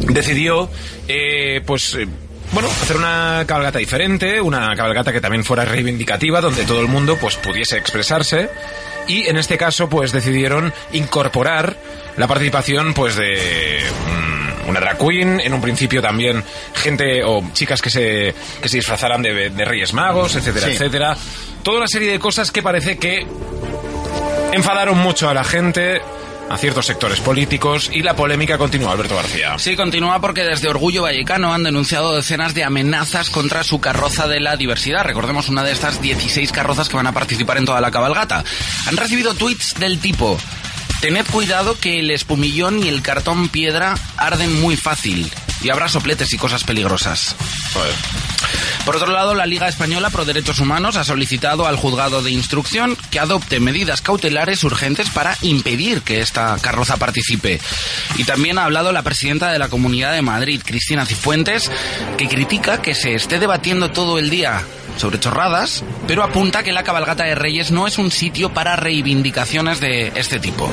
Speaker 1: decidió, eh, pues, eh, bueno, hacer una cabalgata diferente, una cabalgata que también fuera reivindicativa, donde todo el mundo, pues, pudiese expresarse. Y en este caso, pues, decidieron incorporar la participación, pues, de mm, una drag queen, en un principio también gente o chicas que se, que se disfrazaran de, de Reyes Magos, etcétera,
Speaker 3: Sí.
Speaker 1: etcétera. Toda una serie de cosas que parece que enfadaron mucho a la gente, a ciertos sectores políticos, y la polémica continúa, Alberto García.
Speaker 2: Sí, continúa porque desde Orgullo Vallecano han denunciado decenas de amenazas contra su carroza de la diversidad. Recordemos una de estas 16 carrozas que van a participar en toda la cabalgata. Han recibido tweets del tipo: Tened cuidado que el espumillón y el cartón piedra arden muy fácil y habrá sopletes y cosas peligrosas. Por otro lado, la Liga Española Pro Derechos Humanos ha solicitado al juzgado de instrucción que adopte medidas cautelares urgentes para impedir que esta carroza participe. Y también ha hablado la presidenta de la Comunidad de Madrid, Cristina Cifuentes, que critica que se esté debatiendo todo el día sobre chorradas, pero apunta que la cabalgata de Reyes no es un sitio para reivindicaciones de este tipo.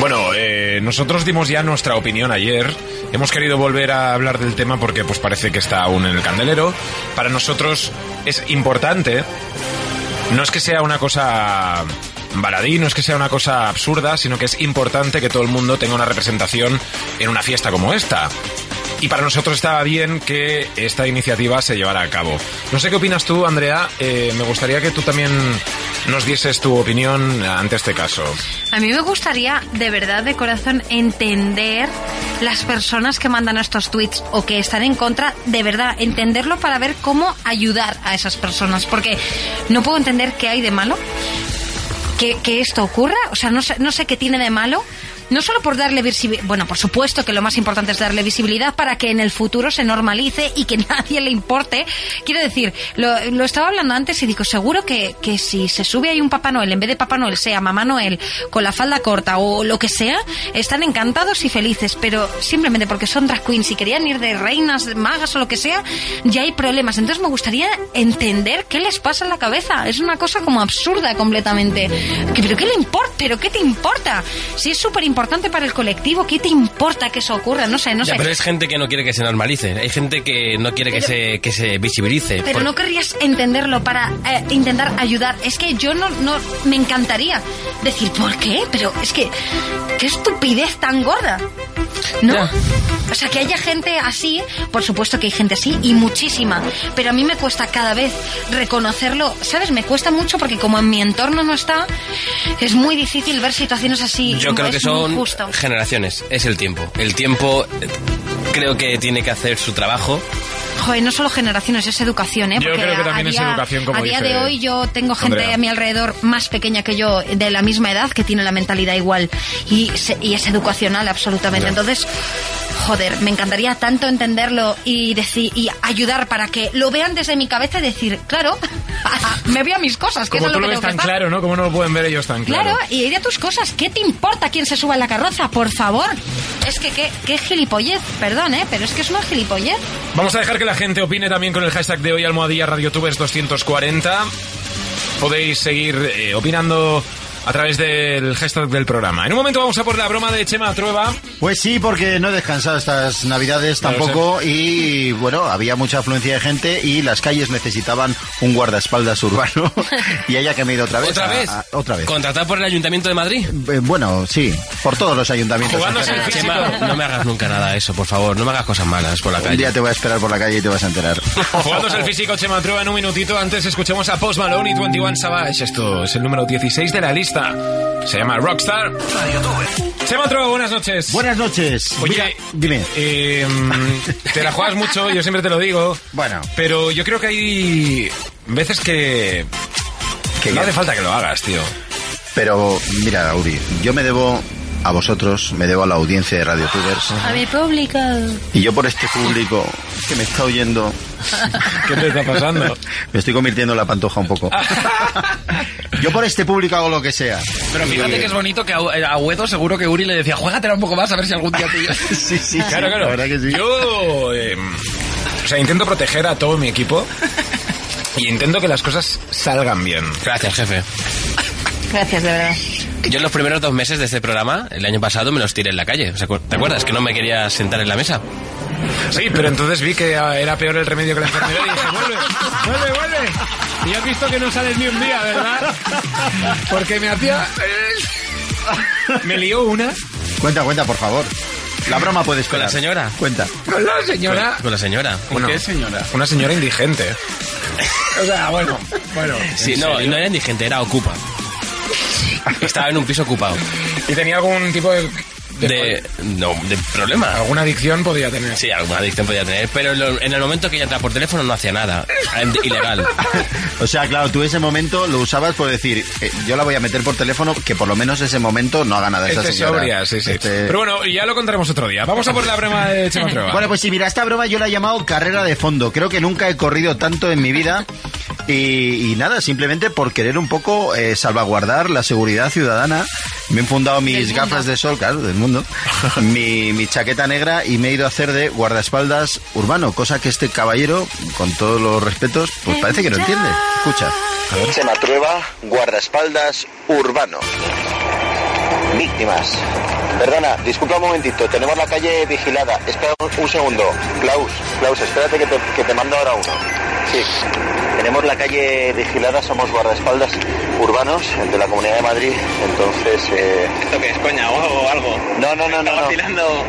Speaker 1: Bueno, eh, nosotros dimos ya nuestra opinión ayer. Hemos querido volver a hablar del tema porque pues parece que está aún en el candelero. Para nosotros es importante. No es que sea una cosa baladí, no es que sea una cosa absurda, sino que es importante que todo el mundo tenga una representación en una fiesta como esta. Y para nosotros estaba bien que esta iniciativa se llevara a cabo. No sé qué opinas tú, Andrea. eh, me gustaría que tú también nos dieses tu opinión ante este caso.
Speaker 4: A mí me gustaría de verdad, de corazón, entender las personas que mandan estos tweets o que están en contra, de verdad, entenderlo para ver cómo ayudar a esas personas. Porque no puedo entender qué hay de malo que, que esto ocurra. O sea, no sé, no sé qué tiene de malo. No solo por darle visibilidad, bueno, por supuesto que lo más importante es darle visibilidad para que en el futuro se normalice y que [laughs] nadie le importe. Quiero decir, lo, lo estaba hablando antes y digo, seguro que, que si se sube ahí un Papá Noel, en vez de Papá Noel sea Mamá Noel con la falda corta o lo que sea, están encantados y felices, pero simplemente porque son drag queens y querían ir de reinas, magas o lo que sea, ya hay problemas. Entonces me gustaría entender qué les pasa en la cabeza. Es una cosa como absurda completamente. Que, ¿Pero qué le importa? ¿Pero qué te importa? Si es súper importante para el colectivo, ¿qué te importa que eso ocurra? No sé, no
Speaker 7: Ya,
Speaker 4: sé.
Speaker 7: pero es gente que no quiere que se normalice. Hay gente que no quiere que,
Speaker 4: Pero-
Speaker 7: se, que se visibilice.
Speaker 4: Pero
Speaker 7: Por-
Speaker 4: no querrías entenderlo para eh, intentar ayudar. Es que yo no, no me encantaría decir por qué, pero es que qué estupidez tan gorda. ¿No? O sea, que haya gente así, por supuesto que hay gente así y muchísima, pero a mí me cuesta cada vez reconocerlo, ¿sabes? Me cuesta mucho porque como en mi entorno no está, es muy difícil ver situaciones así.
Speaker 7: Yo creo
Speaker 4: Es
Speaker 7: que
Speaker 4: muy
Speaker 7: son
Speaker 4: Justo.
Speaker 7: generaciones. Es el tiempo. El tiempo eh, creo que tiene que hacer su trabajo.
Speaker 4: Joder, no solo generaciones, es educación, ¿eh?
Speaker 7: Yo
Speaker 4: Porque
Speaker 7: creo que
Speaker 4: a-
Speaker 7: también
Speaker 4: a
Speaker 7: es
Speaker 4: día-
Speaker 7: educación, como
Speaker 4: A día
Speaker 7: dice
Speaker 4: de hoy yo tengo gente
Speaker 7: Andrea.
Speaker 4: a mi alrededor más pequeña que yo, de la misma edad, que tiene la mentalidad igual. Y, se- y es educacional, absolutamente.
Speaker 15: Ya.
Speaker 4: Entonces, joder, me encantaría tanto entenderlo y, deci- y ayudar para que lo vean desde mi cabeza y decir, claro, [laughs] me veo a mis cosas, que
Speaker 1: Como tú
Speaker 4: eso es
Speaker 1: lo
Speaker 4: lo que
Speaker 1: ves
Speaker 4: tengo que
Speaker 1: tan claro,
Speaker 4: estar.
Speaker 1: ¿no? Como no lo pueden ver ellos tan claro.
Speaker 4: Claro, y ir a tus cosas. ¿Qué te importa quién se suba en la carroza? Por favor. Es que qué, qué gilipollez, perdón, ¿eh? Pero es que es una gilipollez.
Speaker 1: Vamos a dejar que la gente opine también con el hashtag de hoy, almohadilla radiotubers 240. Podéis seguir eh, opinando a través del hashtag del programa. En un momento vamos a por la broma de Chema Trueba.
Speaker 3: Pues sí, porque no he descansado estas navidades
Speaker 1: Ya lo
Speaker 3: tampoco y bueno, había mucha afluencia de gente y las calles necesitaban un
Speaker 1: [laughs]
Speaker 3: guardaespaldas urbano y ella que me ha ido otra vez.
Speaker 7: ¿Otra
Speaker 3: a-
Speaker 7: vez?
Speaker 3: a- otra vez.
Speaker 7: ¿Contratado por el Ayuntamiento de Madrid?
Speaker 3: Eh, bueno, sí, por todos los ayuntamientos.
Speaker 7: Jugándose el Chema, no me hagas nunca nada eso, por favor. No me hagas cosas malas por la
Speaker 3: Un
Speaker 7: calle.
Speaker 3: día te voy a esperar por la calle y te vas a
Speaker 1: [laughs]
Speaker 3: enterar.
Speaker 1: Jugados el físico Chema Trueba en un minutito. Antes escuchamos a Post Malone y 21 Savage. Esto es el número 16 de la lista. Se llama Rockstar. Chema Trueba, buenas noches.
Speaker 3: Buenas noches.
Speaker 1: Oye,
Speaker 3: dime.
Speaker 1: Eh, te la juegas mucho, yo siempre te lo digo.
Speaker 3: Bueno.
Speaker 1: Pero yo creo que hay veces que... Que no hace falta que lo hagas, tío.
Speaker 3: Pero mira, Uri, yo me debo a vosotros, me debo a la audiencia de Radio Tubers.
Speaker 1: Ah.
Speaker 4: A mi público.
Speaker 3: Y yo por este público que me está oyendo.
Speaker 1: ¿Qué te está pasando?
Speaker 3: Me estoy convirtiendo en la pantoja un poco. Yo por este público hago lo que sea.
Speaker 2: Pero
Speaker 7: Eh,
Speaker 2: fíjate que es bonito que a, eh, a Guedo seguro que Uri le decía, juégatela un poco más a ver si algún día te...
Speaker 7: [laughs]
Speaker 3: sí, sí,
Speaker 1: claro, claro. Yo, eh, o sea, intento proteger a todo mi equipo y intento que las cosas salgan bien.
Speaker 7: Gracias, jefe.
Speaker 4: Gracias, de verdad.
Speaker 7: Yo en los primeros dos meses de este programa, el año pasado, me los tiré en la calle. O sea, ¿Te acuerdas? Que no me quería sentar en la mesa.
Speaker 1: Sí, pero entonces vi que ah, era peor el remedio que la enfermedad y dije, vuelve, vuelve, vuelve. Y has visto que no sales ni un día, ¿verdad? Porque me hacía... eh, Me lió una.
Speaker 3: Cuenta, cuenta, por favor. La broma puedes
Speaker 7: Con la señora.
Speaker 3: Cuenta.
Speaker 1: Con la señora.
Speaker 7: Con, con la señora.
Speaker 1: Bueno, Una señora indigente. O sea, bueno, bueno.
Speaker 7: Sí,
Speaker 1: ¿en
Speaker 7: no,
Speaker 1: serio?
Speaker 7: no era indigente, era [laughs] ocupa. Estaba en un piso ocupado.
Speaker 1: ¿Y tenía algún tipo de,
Speaker 7: de, no, de problema?
Speaker 1: ¿Alguna adicción podía tener?
Speaker 7: Sí, alguna adicción podía tener, pero en lo- en el momento que ella entraba por teléfono no hacía nada. Era Ilegal.
Speaker 3: O sea, claro, tú ese momento lo usabas por decir, eh, yo la voy a meter por teléfono, que por lo menos ese momento no haga nada esa
Speaker 1: Este
Speaker 3: señora.
Speaker 1: sobria, sí, sí.
Speaker 3: Este-
Speaker 1: Pero bueno, ya lo contaremos otro día. Vamos a por la broma de Chema Trueba.
Speaker 3: Bueno, pues sí, mira, esta broma yo la he llamado carrera de fondo. Creo que nunca he corrido tanto en mi vida. Y, y nada, simplemente por querer un poco eh, salvaguardar la seguridad ciudadana, me he fundado mis gafas de sol, claro, del mundo, mi, mi chaqueta negra y me he ido a hacer de guardaespaldas urbano, cosa que este caballero, con todos los respetos, pues parece que no entiende. Escucha.
Speaker 14: Chema Trueba, guardaespaldas urbano. Víctimas. Perdona, disculpa un momentito, tenemos la calle vigilada. Espera un, un segundo. Klaus, Klaus, espérate que te, que te mando ahora uno. Sí. Tenemos la calle vigilada, somos guardaespaldas urbanos de la Comunidad de Madrid, entonces... eh, ¿Esto que es coña o algo? No, no, no, no. no.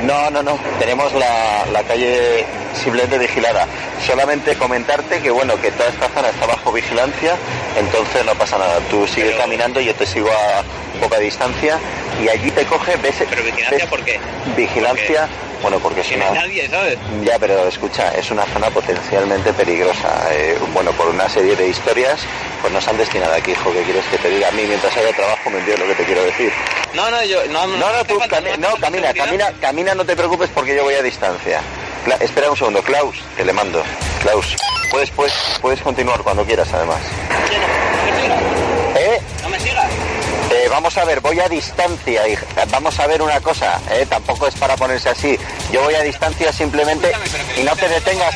Speaker 14: No, no, no. Tenemos la, la calle simplemente vigilada. Solamente comentarte que, bueno, que toda esta zona está bajo vigilancia
Speaker 3: Entonces no pasa nada, tú sigues caminando, yo te sigo a poca distancia y allí te coge, ves... ¿Pero vigilancia por qué? Vigilancia, bueno, porque es una...
Speaker 16: ¿sabes?
Speaker 3: Ya, pero escucha, es una zona potencialmente peligrosa. Eh, bueno, por una serie de historias, pues nos han destinado aquí, hijo, ¿qué quieres que te diga? A mí, mientras haya trabajo, me entiendes lo que te quiero decir.
Speaker 16: No, no, yo. No,
Speaker 3: No, no, tú, cami- no, camina, camina, camina, no te preocupes porque yo voy a distancia. Cla- espera un segundo, Klaus, te le mando. Klaus, puedes, puedes, puedes continuar cuando quieras, además. ¿Eh?
Speaker 16: No me sigas.
Speaker 3: Eh, vamos a ver, voy a distancia, hija. Vamos a ver una cosa, ¿eh? tampoco es para ponerse así. Yo voy a distancia simplemente y no te detengas.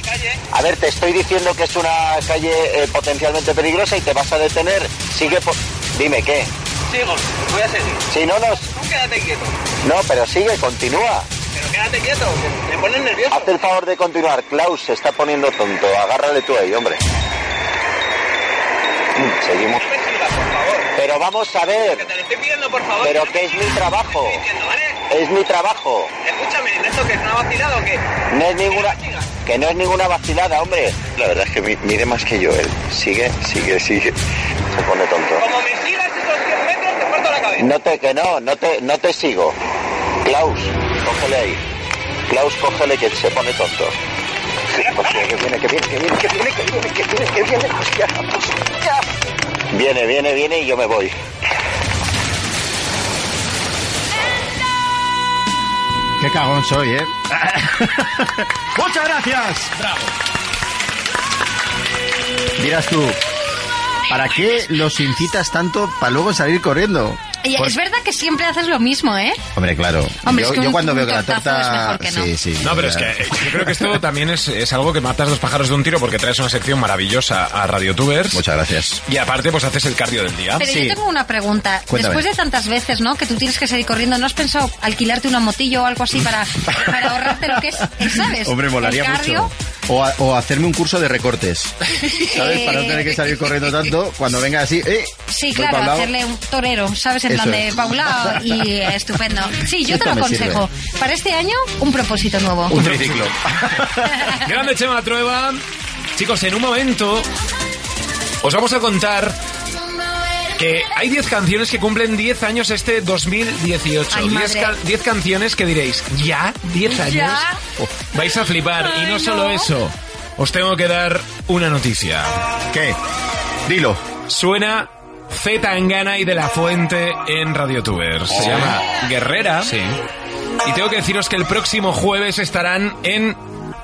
Speaker 3: A ver, te estoy diciendo que es una calle eh, potencialmente peligrosa y te vas a detener. Sigue por... Dime, ¿qué?
Speaker 16: Sigo, voy a seguir.
Speaker 3: Si no nos...
Speaker 16: Tú quédate quieto.
Speaker 3: No, pero sigue, continúa.
Speaker 16: Pero quédate quieto, que me pones nervioso.
Speaker 3: Haz el favor de continuar. Klaus se está poniendo tonto. Agárrale tú ahí, hombre. Mm, Seguimos. Pero vamos a ver.
Speaker 16: Te estoy pidiendo, por favor.
Speaker 3: Pero que es mi trabajo. Es mi trabajo.
Speaker 16: Escúchame, ¿esto que es una vacilada o qué?
Speaker 3: No es ninguna... Que no es ninguna vacilada, hombre. La verdad es que mi- mide más que yo él. Sigue, sigue, sigue. Se pone tonto.
Speaker 16: Como me sigas esos 100 metros, te parto la cabeza.
Speaker 3: No te, que no, no te, no te sigo. Klaus, cógele ahí. Klaus, cógele que se pone tonto. Hostia, que viene, que viene, que viene, que viene, que viene, que viene, que viene, hostia, hostia. Viene, viene, viene y yo me voy.
Speaker 14: Qué cagón
Speaker 1: [laughs]
Speaker 14: soy, ¿eh?
Speaker 3: Muchas gracias.
Speaker 1: Bravo.
Speaker 14: Dirás tú, ¿para qué los incitas tanto para luego salir corriendo?
Speaker 4: Y
Speaker 14: Por-
Speaker 4: es verdad que siempre haces lo mismo, ¿eh?
Speaker 14: Hombre, claro.
Speaker 4: Hombre,
Speaker 14: yo,
Speaker 4: es que
Speaker 14: yo
Speaker 4: un-
Speaker 14: cuando
Speaker 4: un
Speaker 14: veo que la
Speaker 4: tortazo es
Speaker 14: torta...
Speaker 4: mejor que no.
Speaker 14: Sí, sí.
Speaker 1: No, pero es que
Speaker 14: ya.
Speaker 1: eh, yo creo que esto también es, es algo que matas dos pájaros de un tiro porque traes una sección maravillosa a Radiotubers. Muchas
Speaker 14: gracias.
Speaker 1: Y aparte, pues haces el cardio del
Speaker 14: Ah,
Speaker 1: día.
Speaker 4: Pero yo tengo una pregunta.
Speaker 1: Cuéntame.
Speaker 4: Después de tantas veces, ¿no? Que tú tienes que salir corriendo, ¿no has pensado alquilarte una motillo o algo así para, para ahorrarte lo que es, eh, ¿sabes?
Speaker 14: Hombre,
Speaker 4: El
Speaker 14: molaría
Speaker 4: cardio.
Speaker 14: mucho. O, a- o hacerme un curso
Speaker 4: [laughs]
Speaker 14: de recortes. ¿Sabes? Para no tener que salir corriendo tanto, cuando venga así, ¡eh!
Speaker 4: Sí,
Speaker 14: voy
Speaker 4: claro,
Speaker 14: pa'l lado.
Speaker 4: hacerle un torero, ¿sabes? En
Speaker 14: Eso
Speaker 4: plan de
Speaker 14: es.
Speaker 4: paulao y eh, estupendo. Sí, yo te
Speaker 14: Esto
Speaker 4: lo
Speaker 14: me sirve.
Speaker 4: aconsejo. Para este año, un propósito nuevo.
Speaker 1: Un [laughs] triciclo. Grande Chema Trueba. Chicos, en un momento os vamos a contar que hay 10 canciones que cumplen 10 años este 2018.
Speaker 4: Ay,
Speaker 1: 10
Speaker 4: madre.
Speaker 1: ca- 10 canciones que diréis, ¿ya? ¿10
Speaker 4: ¿Ya?
Speaker 1: años? Oh, Vais a flipar. y no, solo eso, os tengo que dar una noticia.
Speaker 14: ¿Qué? Dilo.
Speaker 1: Suena Z Tangana y de la Fuente en RadioTubers. Se
Speaker 7: Oh.
Speaker 1: llama Guerrera. Sí. Y tengo que deciros que el próximo jueves estarán en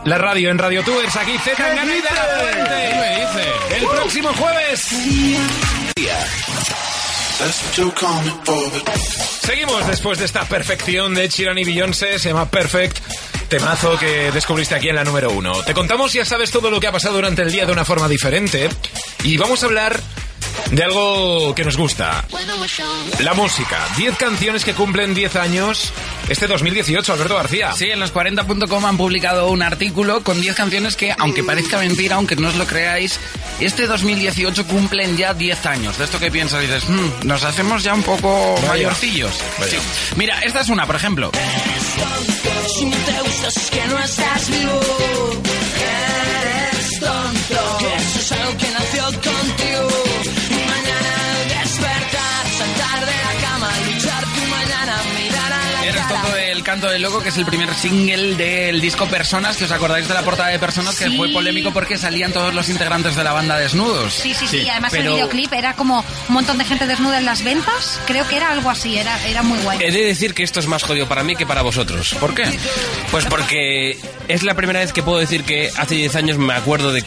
Speaker 1: la radio, en Radio Tubers, aquí Z Tangana y de la Fuente. dice? El próximo jueves. Seguimos después de esta perfección de Chiran y Beyoncé, se llama Perfect, temazo que descubriste aquí en la número uno. Te contamos, ya sabes, todo lo que ha pasado durante el día de una forma diferente y vamos a hablar de algo que nos gusta, la música. 10 canciones que cumplen 10 años este 2018, Alberto García.
Speaker 2: Sí, en los 40.com han publicado un artículo con 10 canciones que, aunque parezca mentira, aunque no os lo creáis, este 2018 cumplen ya 10 años. De esto que piensas, dices, "Mm, nos hacemos ya un poco
Speaker 7: Vaya.
Speaker 2: mayorcillos.
Speaker 7: Vaya.
Speaker 2: Sí. Mira, esta es una, por ejemplo.
Speaker 16: Si no te gustas es que no estás vivo. Eres tonto. Que eso es algo que nació contigo. Y mañana al despertar, saltar de la cama, luchar tu mañana, mirar a la
Speaker 2: Eres
Speaker 16: cara.
Speaker 2: tonto del canto del loco, que es el primer single del disco Personas, que os acordáis de la portada de Personas, que fue polémico porque salían todos los integrantes de la banda desnudos.
Speaker 4: Sí, sí, sí, Además
Speaker 2: Pero-
Speaker 4: el videoclip era como un montón de gente desnuda en las ventas. Creo que era algo así, era, era muy guay.
Speaker 2: Eh,
Speaker 7: He de decir que esto es más jodido para mí que para vosotros.
Speaker 2: ¿Por qué?
Speaker 7: Pues porque es la primera vez que puedo decir que hace 10 años me acuerdo de,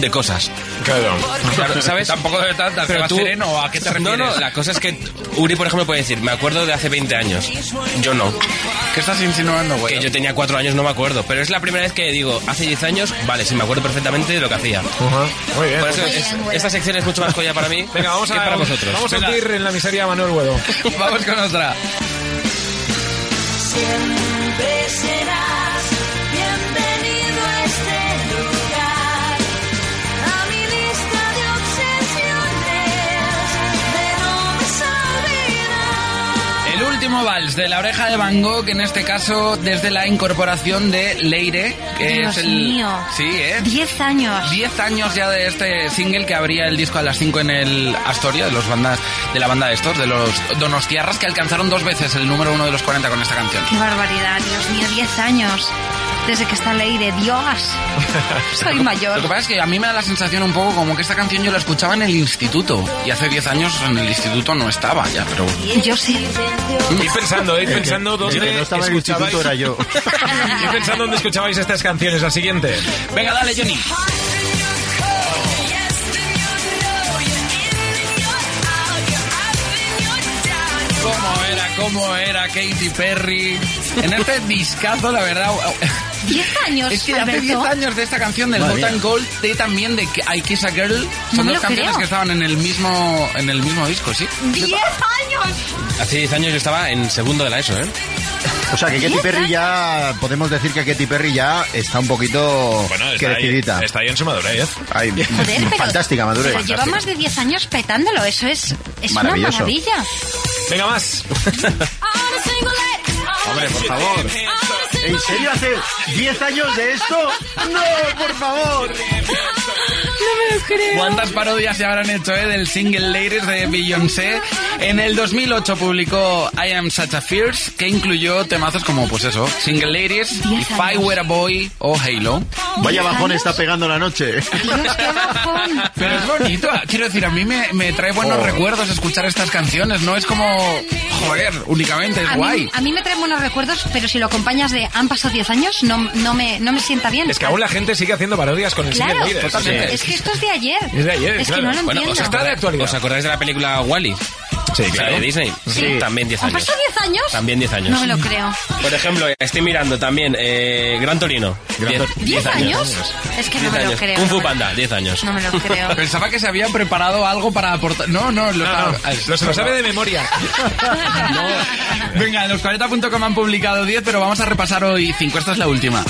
Speaker 7: de cosas.
Speaker 1: Claro.
Speaker 2: [laughs]
Speaker 7: ¿Sabes?
Speaker 2: Tampoco de tantas,
Speaker 7: Pero
Speaker 2: ¿vas
Speaker 7: tú-
Speaker 2: sereno? ¿A qué te refieres?
Speaker 7: No, no, la cosa es que Uri, por ejemplo, puede decir, me acuerdo de hace 20 años. Yo no.
Speaker 2: ¿Qué estás insinuando, güey?
Speaker 7: Que yo tenía 4 años, no me acuerdo. Pero es la primera vez que digo, hace 10 años, vale, sí, me acuerdo perfectamente de lo que hacía.
Speaker 1: Muy bien.
Speaker 7: Por eso
Speaker 1: Muy
Speaker 7: es-
Speaker 1: bien, güey.
Speaker 7: esta sección es mucho más joya para mí
Speaker 1: Venga, vamos a,
Speaker 7: que para vosotros.
Speaker 1: vamos a
Speaker 7: Venga.
Speaker 1: hundir en la miseria a Manuel Huedo.
Speaker 2: vamos con otra.
Speaker 16: Siempre serás bienvenido a este lugar, a mi lista de obsesiones, de no desolvinar.
Speaker 2: El último último vals de la oreja de Van Gogh, en este caso desde la incorporación de Leire, que
Speaker 4: Dios
Speaker 2: es el.
Speaker 4: mío.
Speaker 2: Sí, ¿eh?
Speaker 4: 10 años.
Speaker 2: 10 años ya de este single que abría el disco a las 5 en el Astoria de los bandas de la banda de estos, de los Donostiarras que alcanzaron dos veces el número uno de los 40 con esta canción.
Speaker 4: Qué barbaridad, Dios mío, 10 años. Desde que está ley de
Speaker 2: [laughs]
Speaker 4: Dios. Soy mayor.
Speaker 2: Lo que pasa es que a mí me da la sensación un poco como que esta canción yo la escuchaba en el instituto y hace 10 años en el instituto no estaba ya, pero
Speaker 4: Yo sí.
Speaker 1: Ir pensando, ir pensando
Speaker 2: El que- el que
Speaker 1: dónde
Speaker 2: no estaba en el
Speaker 1: escuchabais.
Speaker 2: instituto era
Speaker 1: [laughs]
Speaker 3: yo.
Speaker 1: Ir pensando dónde escuchabais estas canciones. La siguiente.
Speaker 2: Venga, dale, Johnny. ¿Cómo era? ¿Cómo era Katy Perry? En este discazo, la verdad...
Speaker 4: 10 años.
Speaker 2: Es que hace 10 años de esta canción del
Speaker 4: Madre
Speaker 2: Hot
Speaker 4: mía.
Speaker 2: and Cold, de también de I Kiss a Girl,
Speaker 4: No
Speaker 2: son
Speaker 4: me lo
Speaker 2: dos canciones
Speaker 4: creo.
Speaker 2: que estaban en el mismo en el mismo disco, ¿sí?
Speaker 4: 10 años.
Speaker 7: Hace 10 años yo estaba en segundo de la ESO, ¿eh?
Speaker 3: O sea, que Katy Perry ya, podemos decir que Katy Perry ya está un poquito
Speaker 1: Bueno, está ahí,
Speaker 3: crecidita.
Speaker 1: está ahí en su madurez.
Speaker 3: Ay,
Speaker 4: Joder, pero-
Speaker 3: fantástica madurez.
Speaker 4: Pero lleva más de 10 años petándolo. Eso es, es una
Speaker 3: Maravilloso.
Speaker 4: maravilla.
Speaker 1: Venga, más.
Speaker 3: Hombre, por favor. ¿En serio hace 10 años de esto? No, por favor.
Speaker 2: No me lo creo. ¿Cuántas parodias se habrán hecho eh, del single Ladies de Beyoncé? En el 2008 publicó I Am Such a Fierce, que incluyó temazos como, pues eso, Single Ladies, If I Were a Boy o Halo.
Speaker 3: Vaya bajón está pegando la noche.
Speaker 2: Pero es bonito. Quiero decir, a mí me, me trae buenos
Speaker 3: Oh.
Speaker 2: recuerdos escuchar estas canciones. No es como, joder, únicamente, es
Speaker 4: A
Speaker 2: guay.
Speaker 4: mí, a mí me trae buenos recuerdos, pero si lo acompañas de han pasado 10 años, no, no, me, no me sienta bien.
Speaker 1: Es que aún la gente sigue haciendo parodias con el
Speaker 4: Claro,
Speaker 1: single Ladies.
Speaker 4: es que esto es de ayer.
Speaker 1: Es de ayer,
Speaker 4: Es
Speaker 1: claro.
Speaker 4: que no lo
Speaker 1: Bueno,
Speaker 4: entiendo.
Speaker 1: o sea, está de actualidad.
Speaker 7: ¿Os acordáis de la película Wally? Sí,
Speaker 1: claro.
Speaker 7: de Disney.
Speaker 4: Sí.
Speaker 7: También 10
Speaker 4: ¿Han
Speaker 7: años.
Speaker 4: pasado 10 años?
Speaker 7: También 10 años.
Speaker 4: No me lo creo.
Speaker 7: Por ejemplo, eh, estoy mirando también eh, Gran Torino.
Speaker 4: 10 años. Es que no
Speaker 7: 10
Speaker 4: me lo
Speaker 7: años.
Speaker 4: creo.
Speaker 7: Kung
Speaker 4: no
Speaker 7: Fu
Speaker 4: me lo-
Speaker 7: Panda, 10 años.
Speaker 4: No me lo
Speaker 7: [laughs]
Speaker 4: creo.
Speaker 2: Pensaba que se había preparado algo para aportar. No, no, lo,
Speaker 1: Ah, No, no, lo- se lo sabe de memoria.
Speaker 2: Venga, en los 40.com han publicado 10, pero vamos a repasar hoy 5. Esta es la última.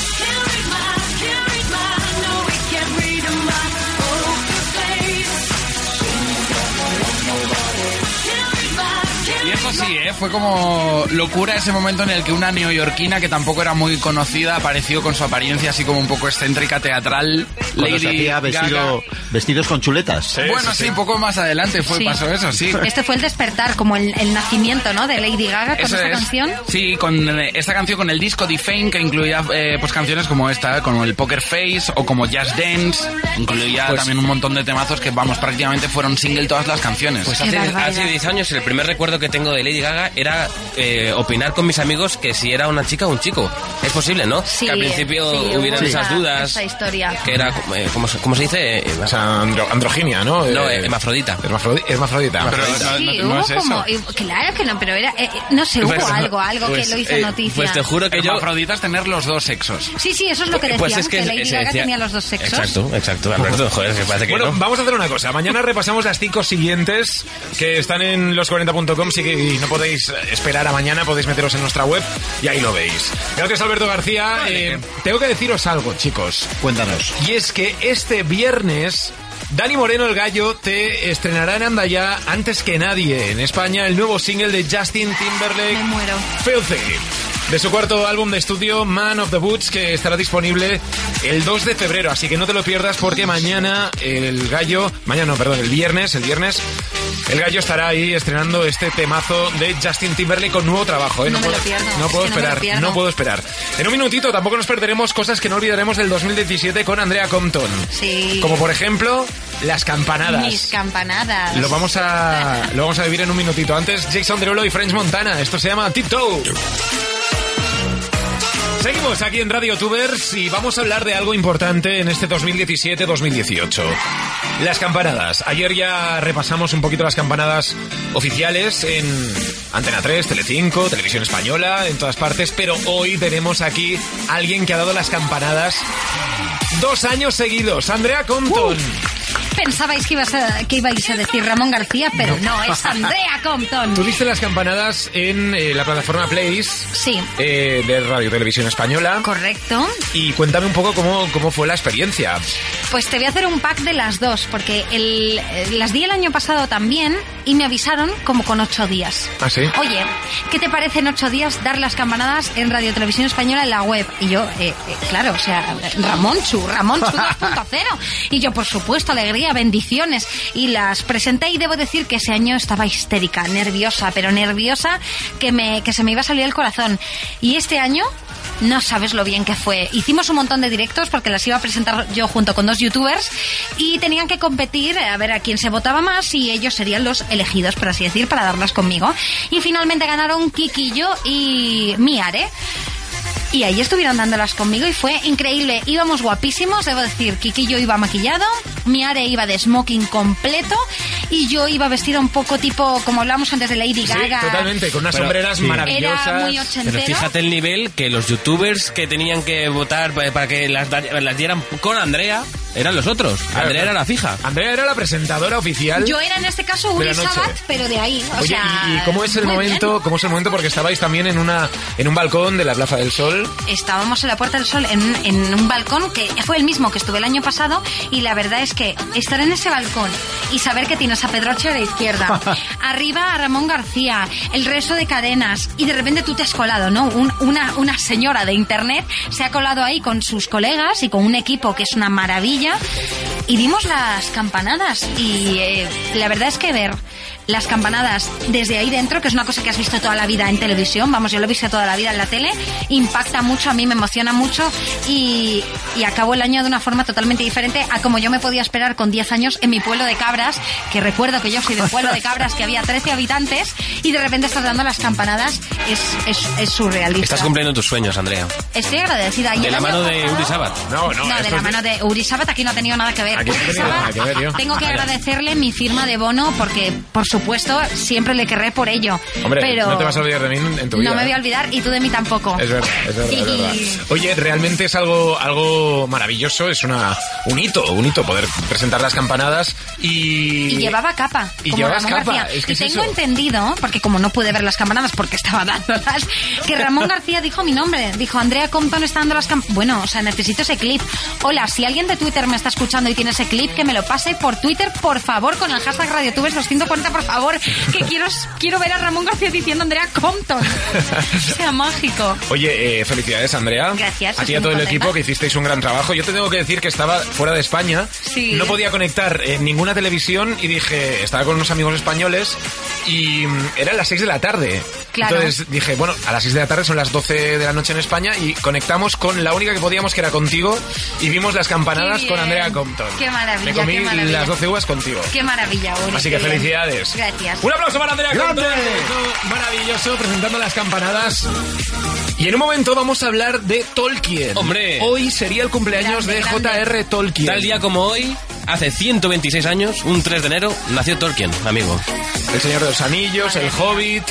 Speaker 2: Y eso sí, ¿eh? fue como locura ese momento en el que una neoyorquina que tampoco era muy conocida apareció con su apariencia así como un poco excéntrica, teatral,
Speaker 3: Cuando se
Speaker 2: Lady
Speaker 3: hacía
Speaker 2: Gaga.
Speaker 3: vestido- vestidos con chuletas.
Speaker 2: bueno, sí, poco más adelante fue
Speaker 4: Sí.
Speaker 2: pasó eso, [laughs] sí.
Speaker 4: Este fue el despertar, como el, el nacimiento, ¿no? De Lady Gaga con
Speaker 2: Eso
Speaker 4: esta
Speaker 2: es.
Speaker 4: canción.
Speaker 2: Sí, con eh, esta canción, con el disco Defame, que incluía eh, pues canciones como esta, como el Poker Face o como Just Dance. Incluía
Speaker 7: Pues-
Speaker 2: también un montón de temazos que, vamos, prácticamente fueron single todas las canciones.
Speaker 7: Pues hace, hace 10 años el primer recuerdo que tengo de Lady Gaga era eh, opinar con mis amigos que si era una chica o un chico. Es posible, ¿no?
Speaker 4: Sí,
Speaker 7: que al principio
Speaker 4: sí, hubo
Speaker 7: hubieran
Speaker 4: esa-
Speaker 7: esas dudas.
Speaker 4: Esa historia.
Speaker 7: Que era, eh, ¿cómo, se- cómo se dice? Eh,
Speaker 1: O sea, andro- androginia, ¿no?
Speaker 7: No,
Speaker 1: Eh,
Speaker 7: hermafrodita.
Speaker 1: hermafrodi- Hermafrodita.
Speaker 7: Pero
Speaker 4: Sí, hubo como. y- Claro que no, pero era. eh, eh, no sé, hubo
Speaker 2: Pues-
Speaker 4: algo, algo
Speaker 2: pues,
Speaker 4: que lo hizo
Speaker 2: eh,
Speaker 4: noticia.
Speaker 2: Pues te juro que
Speaker 7: yo-
Speaker 2: hermafroditas tener los dos sexos.
Speaker 4: Sí, sí, eso es lo que decían,
Speaker 7: Pues es
Speaker 4: que,
Speaker 7: que
Speaker 4: Lady
Speaker 7: se
Speaker 4: Gaga
Speaker 7: decía-
Speaker 4: tenía los dos sexos.
Speaker 7: Exacto, exacto, Alberto. Joder, que parece que
Speaker 1: bueno,
Speaker 7: no.
Speaker 1: vamos a hacer una cosa. Mañana repasamos las cinco siguientes que están en los40.com. Si que y no podéis esperar a mañana, podéis meteros en nuestra web y ahí lo veis. Gracias, Alberto García. Eh, tengo que deciros algo, chicos.
Speaker 3: Cuéntanos.
Speaker 1: Y es que este viernes... Dani Moreno el Gallo te estrenará en Andaya antes que nadie en España el nuevo single de Justin Timberlake.
Speaker 4: Me muero.
Speaker 1: Filthy. De su cuarto álbum de estudio, Man of the Boots, que estará disponible el 2 de febrero. Así que no te lo pierdas porque mañana el gallo, mañana no, perdón, el viernes, el viernes, el gallo estará ahí estrenando este temazo de Justin Timberlake con nuevo trabajo. ¿eh?
Speaker 4: No me
Speaker 1: puedo,
Speaker 4: lo pierdo,
Speaker 1: no puedo
Speaker 4: es que no me lo
Speaker 1: esperar,
Speaker 4: pierdo.
Speaker 1: no puedo esperar. En un minutito tampoco nos perderemos cosas que no olvidaremos del 2017 con Andrea Compton.
Speaker 4: Sí.
Speaker 1: Como por ejemplo, las campanadas.
Speaker 4: Mis campanadas.
Speaker 1: Lo vamos a lo vamos a vivir en un minutito. Antes Jason Derulo y French Montana. Esto se llama Tiptoe. Seguimos aquí en Radio Tubers y vamos a hablar de algo importante en este 2017-2018. Las campanadas. Ayer ya repasamos un poquito las campanadas oficiales en Antena 3, Telecinco, Televisión Española, en todas partes, pero hoy tenemos aquí a alguien que ha dado las campanadas dos años seguidos. Andrea Compton.
Speaker 4: pensabais que, ibas a- que ibais a decir Ramón García? Pero no, es Andrea Compton.
Speaker 1: Tú diste las campanadas en eh, la plataforma Place
Speaker 4: Sí,
Speaker 1: eh, de Radio Televisión Española.
Speaker 4: correcto.
Speaker 1: Y cuéntame un poco cómo, cómo fue la experiencia.
Speaker 4: Pues te voy a hacer un pack de las dos, porque el- eh, las di el año pasado también y me avisaron como con ocho días.
Speaker 1: ¿Ah, sí?
Speaker 4: Oye, ¿qué te parece en ocho días dar las campanadas en Radio Televisión Española en la web? Y yo, eh, eh, claro, o sea, Ramonchu, Ramonchu 2.0. Y yo, por supuesto, alegría, bendiciones. Y las presenté y debo decir que ese año estaba histérica, nerviosa, pero nerviosa que, me, que se me iba a salir el corazón. Y este año... No sabes lo bien que fue. Hicimos un montón de directos porque las iba a presentar yo junto con dos youtubers y tenían que competir a ver a quién se votaba más y ellos serían los elegidos, por así decir, para darlas conmigo. Y finalmente ganaron Kikillo y Miare. Y ahí estuvieron dándolas conmigo y fue increíble. Íbamos guapísimos, debo decir, Kikillo iba maquillado, Miare iba de smoking completo y yo iba vestida un poco tipo, como hablamos antes de Lady Gaga.
Speaker 1: totalmente, con unas sombreras maravillosas.
Speaker 4: Era muy
Speaker 7: Pero
Speaker 4: ochentero.
Speaker 7: fíjate el nivel que los youtubers que tenían que votar pa- para que las, da- las dieran con Andrea eran los otros. Andrea era la fija.
Speaker 1: Andrea era la presentadora oficial.
Speaker 4: Yo era en este caso
Speaker 1: De
Speaker 4: Uri
Speaker 1: la noche.
Speaker 4: Sabat, pero de ahí. O
Speaker 1: Oye,
Speaker 4: sea,
Speaker 1: ¿y, y cómo es el
Speaker 4: muy bien.
Speaker 1: momento? ¿Cómo es el momento? Porque estabais también en una en un balcón de la Plaza del Sol.
Speaker 4: Estábamos en la Puerta del Sol en, un- en un balcón que fue el mismo que estuve el año pasado y la verdad es que estar en ese balcón y saber que tienes a Pedroche a
Speaker 1: [laughs]
Speaker 4: la izquierda, arriba a Ramón García, el resto de cadenas y de repente tú te has colado, ¿no? Un- una, una señora de internet se ha colado ahí con sus colegas y con un equipo que es una maravilla y dimos las campanadas y eh, la verdad es que ver las campanadas desde ahí dentro, que es una cosa que has visto toda la vida en televisión, vamos, yo lo he visto toda la vida en la tele, impacta mucho, a mí me emociona mucho y, y acabo el año de una forma totalmente diferente a como yo me podía esperar con 10 años en mi pueblo de cabras, que recuerdo que yo soy de un pueblo de cabras que había 13 habitantes y de repente estás dando las campanadas, es, es, es surrealista.
Speaker 7: Estás cumpliendo tus sueños, Andrea.
Speaker 4: Estoy agradecida. Y
Speaker 7: De
Speaker 4: el
Speaker 7: la
Speaker 4: año
Speaker 7: mano de
Speaker 4: pasado-
Speaker 7: Uri Sabat.
Speaker 4: no, de la mano de Uri Sabat aquí no ha tenido nada que ver.
Speaker 7: Aquí no ha
Speaker 4: Uri
Speaker 7: tenido nada
Speaker 4: Sabat,
Speaker 7: que ver, tío.
Speaker 4: tengo que
Speaker 7: Vaya.
Speaker 4: agradecerle mi firma de bono porque, por supuesto, siempre le querré por ello.
Speaker 1: Hombre,
Speaker 4: pero
Speaker 1: no te vas a olvidar de mí en, en tu vida.
Speaker 4: no me
Speaker 1: ¿eh?
Speaker 4: voy a olvidar y tú de mí tampoco.
Speaker 1: Es verdad, es verdad, es verdad. Oye, realmente es algo, algo maravilloso, es una, un hito, un hito poder presentar las campanadas y...
Speaker 4: Y llevaba capa,
Speaker 1: y
Speaker 4: como
Speaker 1: llevabas
Speaker 4: Ramón
Speaker 1: capa,
Speaker 4: García.
Speaker 1: es que
Speaker 4: y
Speaker 1: es
Speaker 4: tengo
Speaker 1: eso.
Speaker 4: entendido, porque como no pude ver las campanadas porque estaba dándolas,
Speaker 1: [laughs]
Speaker 4: que Ramón García dijo mi nombre. Dijo, Andrea Compton está dando las campanadas. Bueno, o sea, necesito ese clip. Hola, si alguien de Twitter me está escuchando y tiene ese clip, que me lo pase por Twitter, por favor, con el hashtag RadioTubers240, por favor,
Speaker 1: [laughs]
Speaker 4: que quiero, quiero ver a Ramón García diciendo Andrea Compton. sea mágico.
Speaker 1: Oye, eh, felicidades Andrea.
Speaker 4: Gracias,
Speaker 1: A ti y a todo
Speaker 4: estoy
Speaker 1: el
Speaker 4: muy contenta.
Speaker 1: equipo que hicisteis un gran trabajo. Yo te tengo que decir que estaba fuera de España,
Speaker 4: Sí.
Speaker 1: no podía conectar en ninguna televisión y dije, estaba con unos amigos españoles y mm, eran las 6 de la tarde.
Speaker 4: Claro.
Speaker 1: Entonces dije, bueno, a las 6 de la tarde son las 12 de la noche en España y conectamos con la única que podíamos que era contigo y vimos las campanadas
Speaker 4: Qué
Speaker 1: con
Speaker 4: bien.
Speaker 1: Andrea Compton.
Speaker 4: Qué maravilla,
Speaker 1: Me comí
Speaker 4: qué maravilla.
Speaker 1: las 12 uvas contigo.
Speaker 4: Qué maravilla, Uri,
Speaker 1: Así que
Speaker 4: qué bien.
Speaker 1: felicidades.
Speaker 4: Gracias.
Speaker 1: Un aplauso para Andrea
Speaker 4: ¡Grande!
Speaker 1: Compton. Esto Maravilloso presentando las campanadas. Y en un momento vamos a hablar de Tolkien.
Speaker 7: Hombre.
Speaker 1: Hoy sería el cumpleaños de J.R. Tolkien.
Speaker 7: Tal día como hoy, hace 126 años, un 3 de enero, nació Tolkien, amigo.
Speaker 1: El Señor de los Anillos, El Hobbit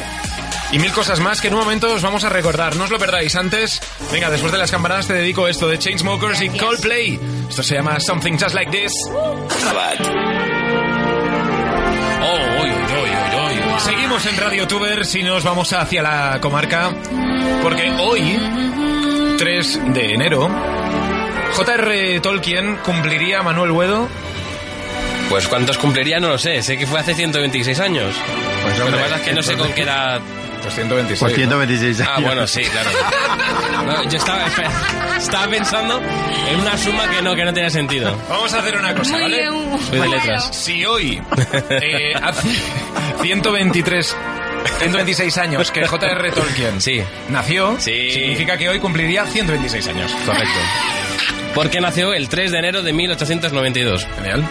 Speaker 1: y mil cosas más que en un momento os vamos a recordar. No os lo perdáis antes. Venga, después de las campanadas te dedico esto de Chainsmokers y Coldplay. Esto se llama Something Just Like This. Oh, oy, oy, oy, oy, oy. Seguimos en Radio Tuber si nos vamos hacia la comarca porque hoy 3 de enero J.R. Tolkien cumpliría Manuel Huedo
Speaker 7: Pues cuántos cumpliría no lo sé, sé que fue hace 126 años. Pues lo que
Speaker 1: hombre,
Speaker 7: pasa es que no sé con qué [laughs] edad...
Speaker 1: Pues 126.
Speaker 3: Pues 126
Speaker 7: Ah,
Speaker 3: años.
Speaker 7: bueno, sí, claro. No, yo estaba, estaba pensando en una suma que no, que no tenía sentido.
Speaker 1: Vamos a hacer una cosa,
Speaker 7: Muy
Speaker 1: ¿vale?
Speaker 7: bien. Soy de letras.
Speaker 1: Si hoy, [laughs] eh, hace 123, 126 años que J.R. Tolkien nació, significa que hoy cumpliría 126 años. Correcto.
Speaker 7: Porque nació el 3 de enero de 1892.
Speaker 1: Genial.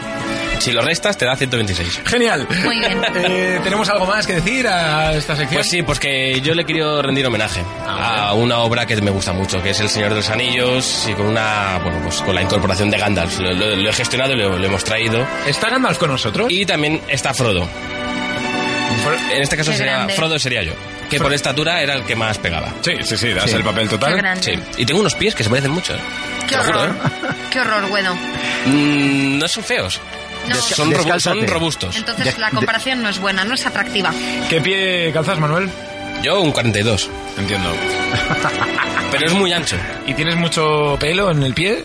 Speaker 7: Si lo restas, te da 126.
Speaker 1: Genial.
Speaker 7: Muy bien.
Speaker 1: Eh, ¿Tenemos algo más que decir a esta sección?
Speaker 7: Pues sí, pues que yo le quiero rendir homenaje
Speaker 1: Ah,
Speaker 7: a una obra que me gusta mucho, que es El Señor de los Anillos, y con una, bueno, pues con la incorporación de Gandalf. Lo, lo- lo he gestionado y lo, lo hemos traído.
Speaker 1: ¿Está Gandalf con nosotros?
Speaker 7: Y también está Frodo. En este caso
Speaker 1: Qué
Speaker 7: sería
Speaker 1: grande.
Speaker 7: Frodo sería yo, que por estatura era el que más pegaba.
Speaker 1: Sí, sí, sí, das el papel total. Qué grande.
Speaker 7: Sí. Y tengo unos pies que se parecen mucho. ¿eh?
Speaker 4: Qué
Speaker 7: Te lo juro,
Speaker 4: horror. Qué horror, bueno.
Speaker 7: ¿eh? Mm, no son feos.
Speaker 3: Desca-
Speaker 7: son, robu-
Speaker 3: descálzate.
Speaker 7: son robustos.
Speaker 4: Entonces
Speaker 7: De-
Speaker 4: la comparación no es buena, no es atractiva.
Speaker 7: ¿Qué pie calzas, Manuel? Yo un 42. Entiendo. Pero es muy ancho.
Speaker 1: ¿Y tienes mucho pelo en el pie?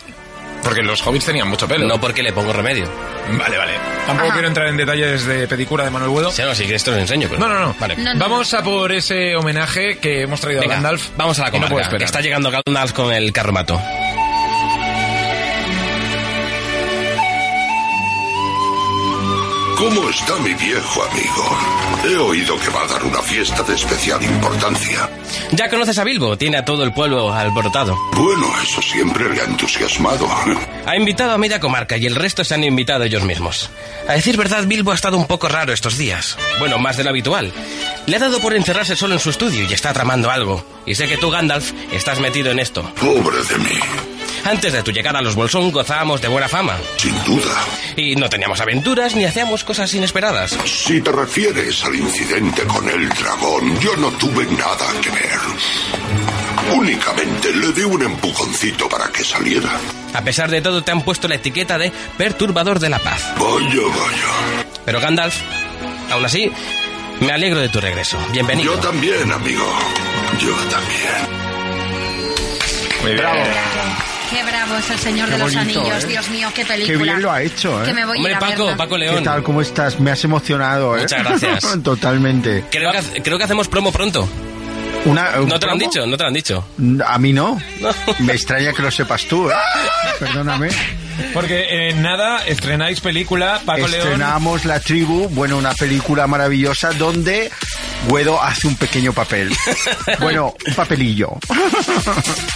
Speaker 1: Porque los hobbits tenían mucho pelo.
Speaker 7: No porque le pongo remedio.
Speaker 1: Vale, vale. Tampoco quiero entrar en detalles de pedicura de Manuel Buedo.
Speaker 7: Sí, no, si quieres te los enseño. pero-
Speaker 1: No, no, no.
Speaker 7: Vale.
Speaker 1: Vamos a por ese homenaje que hemos traído
Speaker 7: Venga,
Speaker 1: a Gandalf.
Speaker 7: Vamos a la
Speaker 1: Y no
Speaker 7: comarca,
Speaker 1: puedo
Speaker 7: que
Speaker 1: esperar.
Speaker 7: está llegando Gandalf con el carromato.
Speaker 17: ¿Cómo está mi viejo amigo? He oído que va a dar una fiesta de especial importancia.
Speaker 7: Ya conoces a Bilbo, tiene a todo el pueblo alborotado.
Speaker 17: Bueno, eso siempre le ha entusiasmado.
Speaker 7: Ha invitado a media comarca y el resto se han invitado ellos mismos. A decir verdad, Bilbo ha estado un poco raro estos días. Bueno, más de lo habitual. Le ha dado por encerrarse solo en su estudio y está tramando algo. Y sé que tú, Gandalf, estás metido en esto.
Speaker 17: Pobre de mí.
Speaker 7: Antes de tu llegada a los Bolsón gozábamos de buena fama.
Speaker 17: Sin duda.
Speaker 7: Y no teníamos aventuras ni hacíamos cosas inesperadas.
Speaker 17: Si te refieres al incidente con el dragón, yo no tuve nada que ver. Únicamente le di un empujoncito para que saliera.
Speaker 7: A pesar de todo, te han puesto la etiqueta de perturbador de la paz.
Speaker 17: Vaya, vaya.
Speaker 7: Pero Gandalf, aún así, me alegro de tu regreso. Bienvenido.
Speaker 17: Yo también, amigo. Yo también.
Speaker 7: Muy bien.
Speaker 4: Qué bravo es el Señor
Speaker 3: Qué
Speaker 4: de los
Speaker 3: bonito,
Speaker 4: Anillos,
Speaker 3: ¿eh?
Speaker 4: Dios mío, qué película.
Speaker 3: Qué bien lo ha hecho, ¿eh?
Speaker 4: Que me voy a ir a verla.
Speaker 3: ¿Qué tal? ¿Cómo estás? Me has emocionado, ¿eh?
Speaker 7: Muchas gracias.
Speaker 3: [laughs] Totalmente.
Speaker 7: Creo que, hace- creo que hacemos promo pronto.
Speaker 3: Una,
Speaker 7: No te lo han
Speaker 3: ¿promo?
Speaker 7: dicho, no te lo han dicho. [laughs]
Speaker 3: A mí no. Me extraña que lo sepas tú. ¡Ah! Perdóname.
Speaker 1: Porque en nada estrenáis película, Paco León.
Speaker 3: Estrenamos La Tribu, bueno, una película maravillosa donde Guedo hace un pequeño papel. Bueno, un papelillo.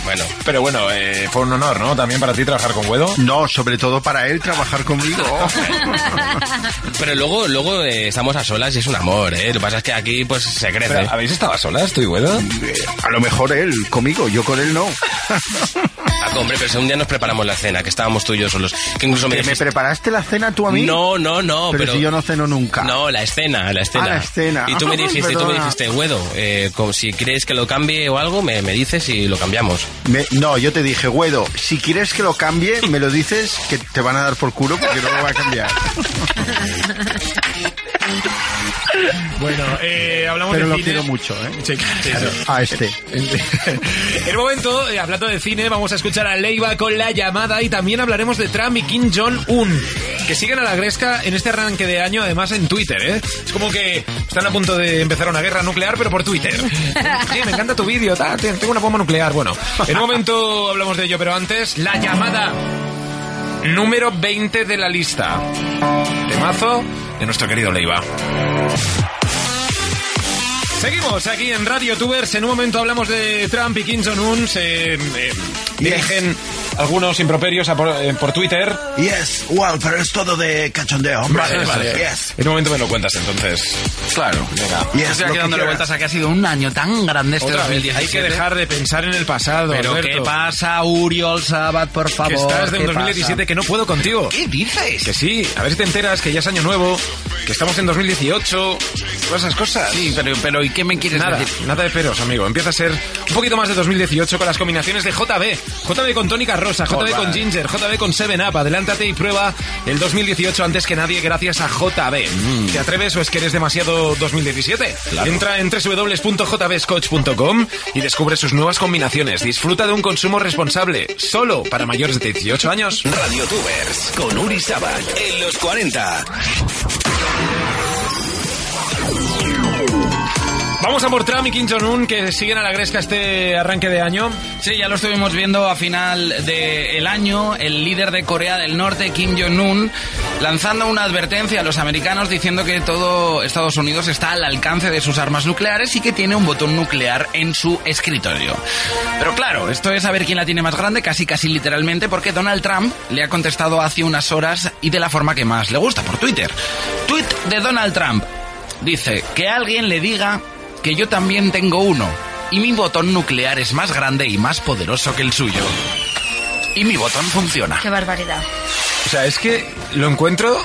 Speaker 7: Bueno,
Speaker 1: pero bueno, eh, fue un honor, ¿no? También para ti trabajar con Guedo.
Speaker 3: No, sobre todo para él trabajar conmigo.
Speaker 7: Pero luego, luego eh, estamos a solas y es un amor, ¿eh? Lo que pasa es que aquí pues se crece.
Speaker 3: Pero,
Speaker 7: ¿Habéis estado a solas, tú y Guedo?
Speaker 3: A lo mejor él conmigo, yo con él no.
Speaker 7: hombre, pero si un día nos preparamos la cena, que estábamos tú y yo solos. Que incluso me
Speaker 3: ¿Que me
Speaker 7: dijiste-
Speaker 3: preparaste la cena tú a mí?
Speaker 7: No, no, no,
Speaker 3: Pero,
Speaker 7: pero-
Speaker 3: si yo no ceno nunca.
Speaker 7: No, la escena, la escena.
Speaker 3: Ah, la escena.
Speaker 7: Y tú me dijiste, tú me
Speaker 3: Perdona.
Speaker 7: dijiste, Guedo, eh, como si crees que lo cambie o algo, me, me dices y lo cambiamos.
Speaker 3: Me- no, yo te dije, Guedo, si quieres que lo cambie, me lo dices que te van a dar por culo porque no lo va a cambiar.
Speaker 1: Bueno, eh, hablamos
Speaker 3: Pero
Speaker 1: de
Speaker 3: lo
Speaker 1: cine.
Speaker 3: quiero mucho, ¿eh?
Speaker 1: Sí, sí,
Speaker 3: [laughs]
Speaker 1: sí.
Speaker 3: A este.
Speaker 1: En un momento, eh, hablando de cine, vamos a escuchar a Leiva con la llamada y también hablaremos de Trump y Kim Jong-un, que siguen a la gresca en este arranque de año, además en Twitter, ¿eh? Es como que están a punto de empezar una guerra nuclear, pero por
Speaker 3: [laughs]
Speaker 1: Twitter. Sí, me encanta tu vídeo, ta, te- tengo una bomba nuclear. Bueno, en un momento hablamos de ello, pero antes, la llamada número 20 de la lista. Temazo de nuestro querido Leiva. Seguimos aquí en Radio Tubers. En un momento hablamos de Trump y Kim Jong-un. Se eh, dirigen algunos improperios a por, eh, por Twitter.
Speaker 3: Yes, wow, pero es todo de cachondeo.
Speaker 1: Vale, vale. En un momento me lo cuentas entonces. Claro. Venga.
Speaker 2: Estoy aquí dándole vueltas a que ha sido un año tan grande este
Speaker 1: Otra vez,
Speaker 2: 2017.
Speaker 1: Hay que dejar de pensar en el pasado.
Speaker 2: Pero
Speaker 1: Alberto.
Speaker 2: ¿qué pasa, Uriol Sabat, por favor?
Speaker 1: Que estás de un
Speaker 2: ¿Qué
Speaker 1: 2017
Speaker 2: pasa?
Speaker 1: que no puedo contigo.
Speaker 2: ¿Qué dices?
Speaker 1: Que sí, a ver si te enteras que ya es año nuevo, que estamos en 2018, todas esas cosas.
Speaker 2: Sí, pero, pero ¿y qué me quieres
Speaker 1: Nada,
Speaker 2: decir?
Speaker 1: nada de peros, amigo. Empieza a ser un poquito más de 2018 con las combinaciones de JB. JB con tónica rosa, JB
Speaker 2: Hola.
Speaker 1: con ginger, JB con 7up. Adelántate y prueba el 2018 antes que nadie gracias a JB. ¿Te atreves o es que eres demasiado 2017? Entra en www.jbscotch.com y descubre sus nuevas combinaciones. Disfruta de un consumo responsable, solo para mayores de 18 años.
Speaker 18: Radio Tubers con Uri Sabat en los 40.
Speaker 1: Vamos a por Trump y Kim Jong-un que siguen a la gresca este arranque de año.
Speaker 2: Sí, ya lo estuvimos viendo a final del año, el líder de Corea del Norte, Kim Jong-un, lanzando una advertencia a los americanos diciendo que todo Estados Unidos está al alcance de sus armas nucleares y que tiene un botón nuclear en su escritorio. Pero claro, esto es saber quién la tiene más grande, casi casi literalmente, porque Donald Trump le ha contestado hace unas horas y de la forma que más le gusta, por Twitter. Tweet de Donald Trump. Dice, que alguien le diga que yo también tengo uno. Y mi botón nuclear es más grande y más poderoso que el suyo. Y mi botón funciona.
Speaker 4: Qué barbaridad.
Speaker 1: O sea, es que lo encuentro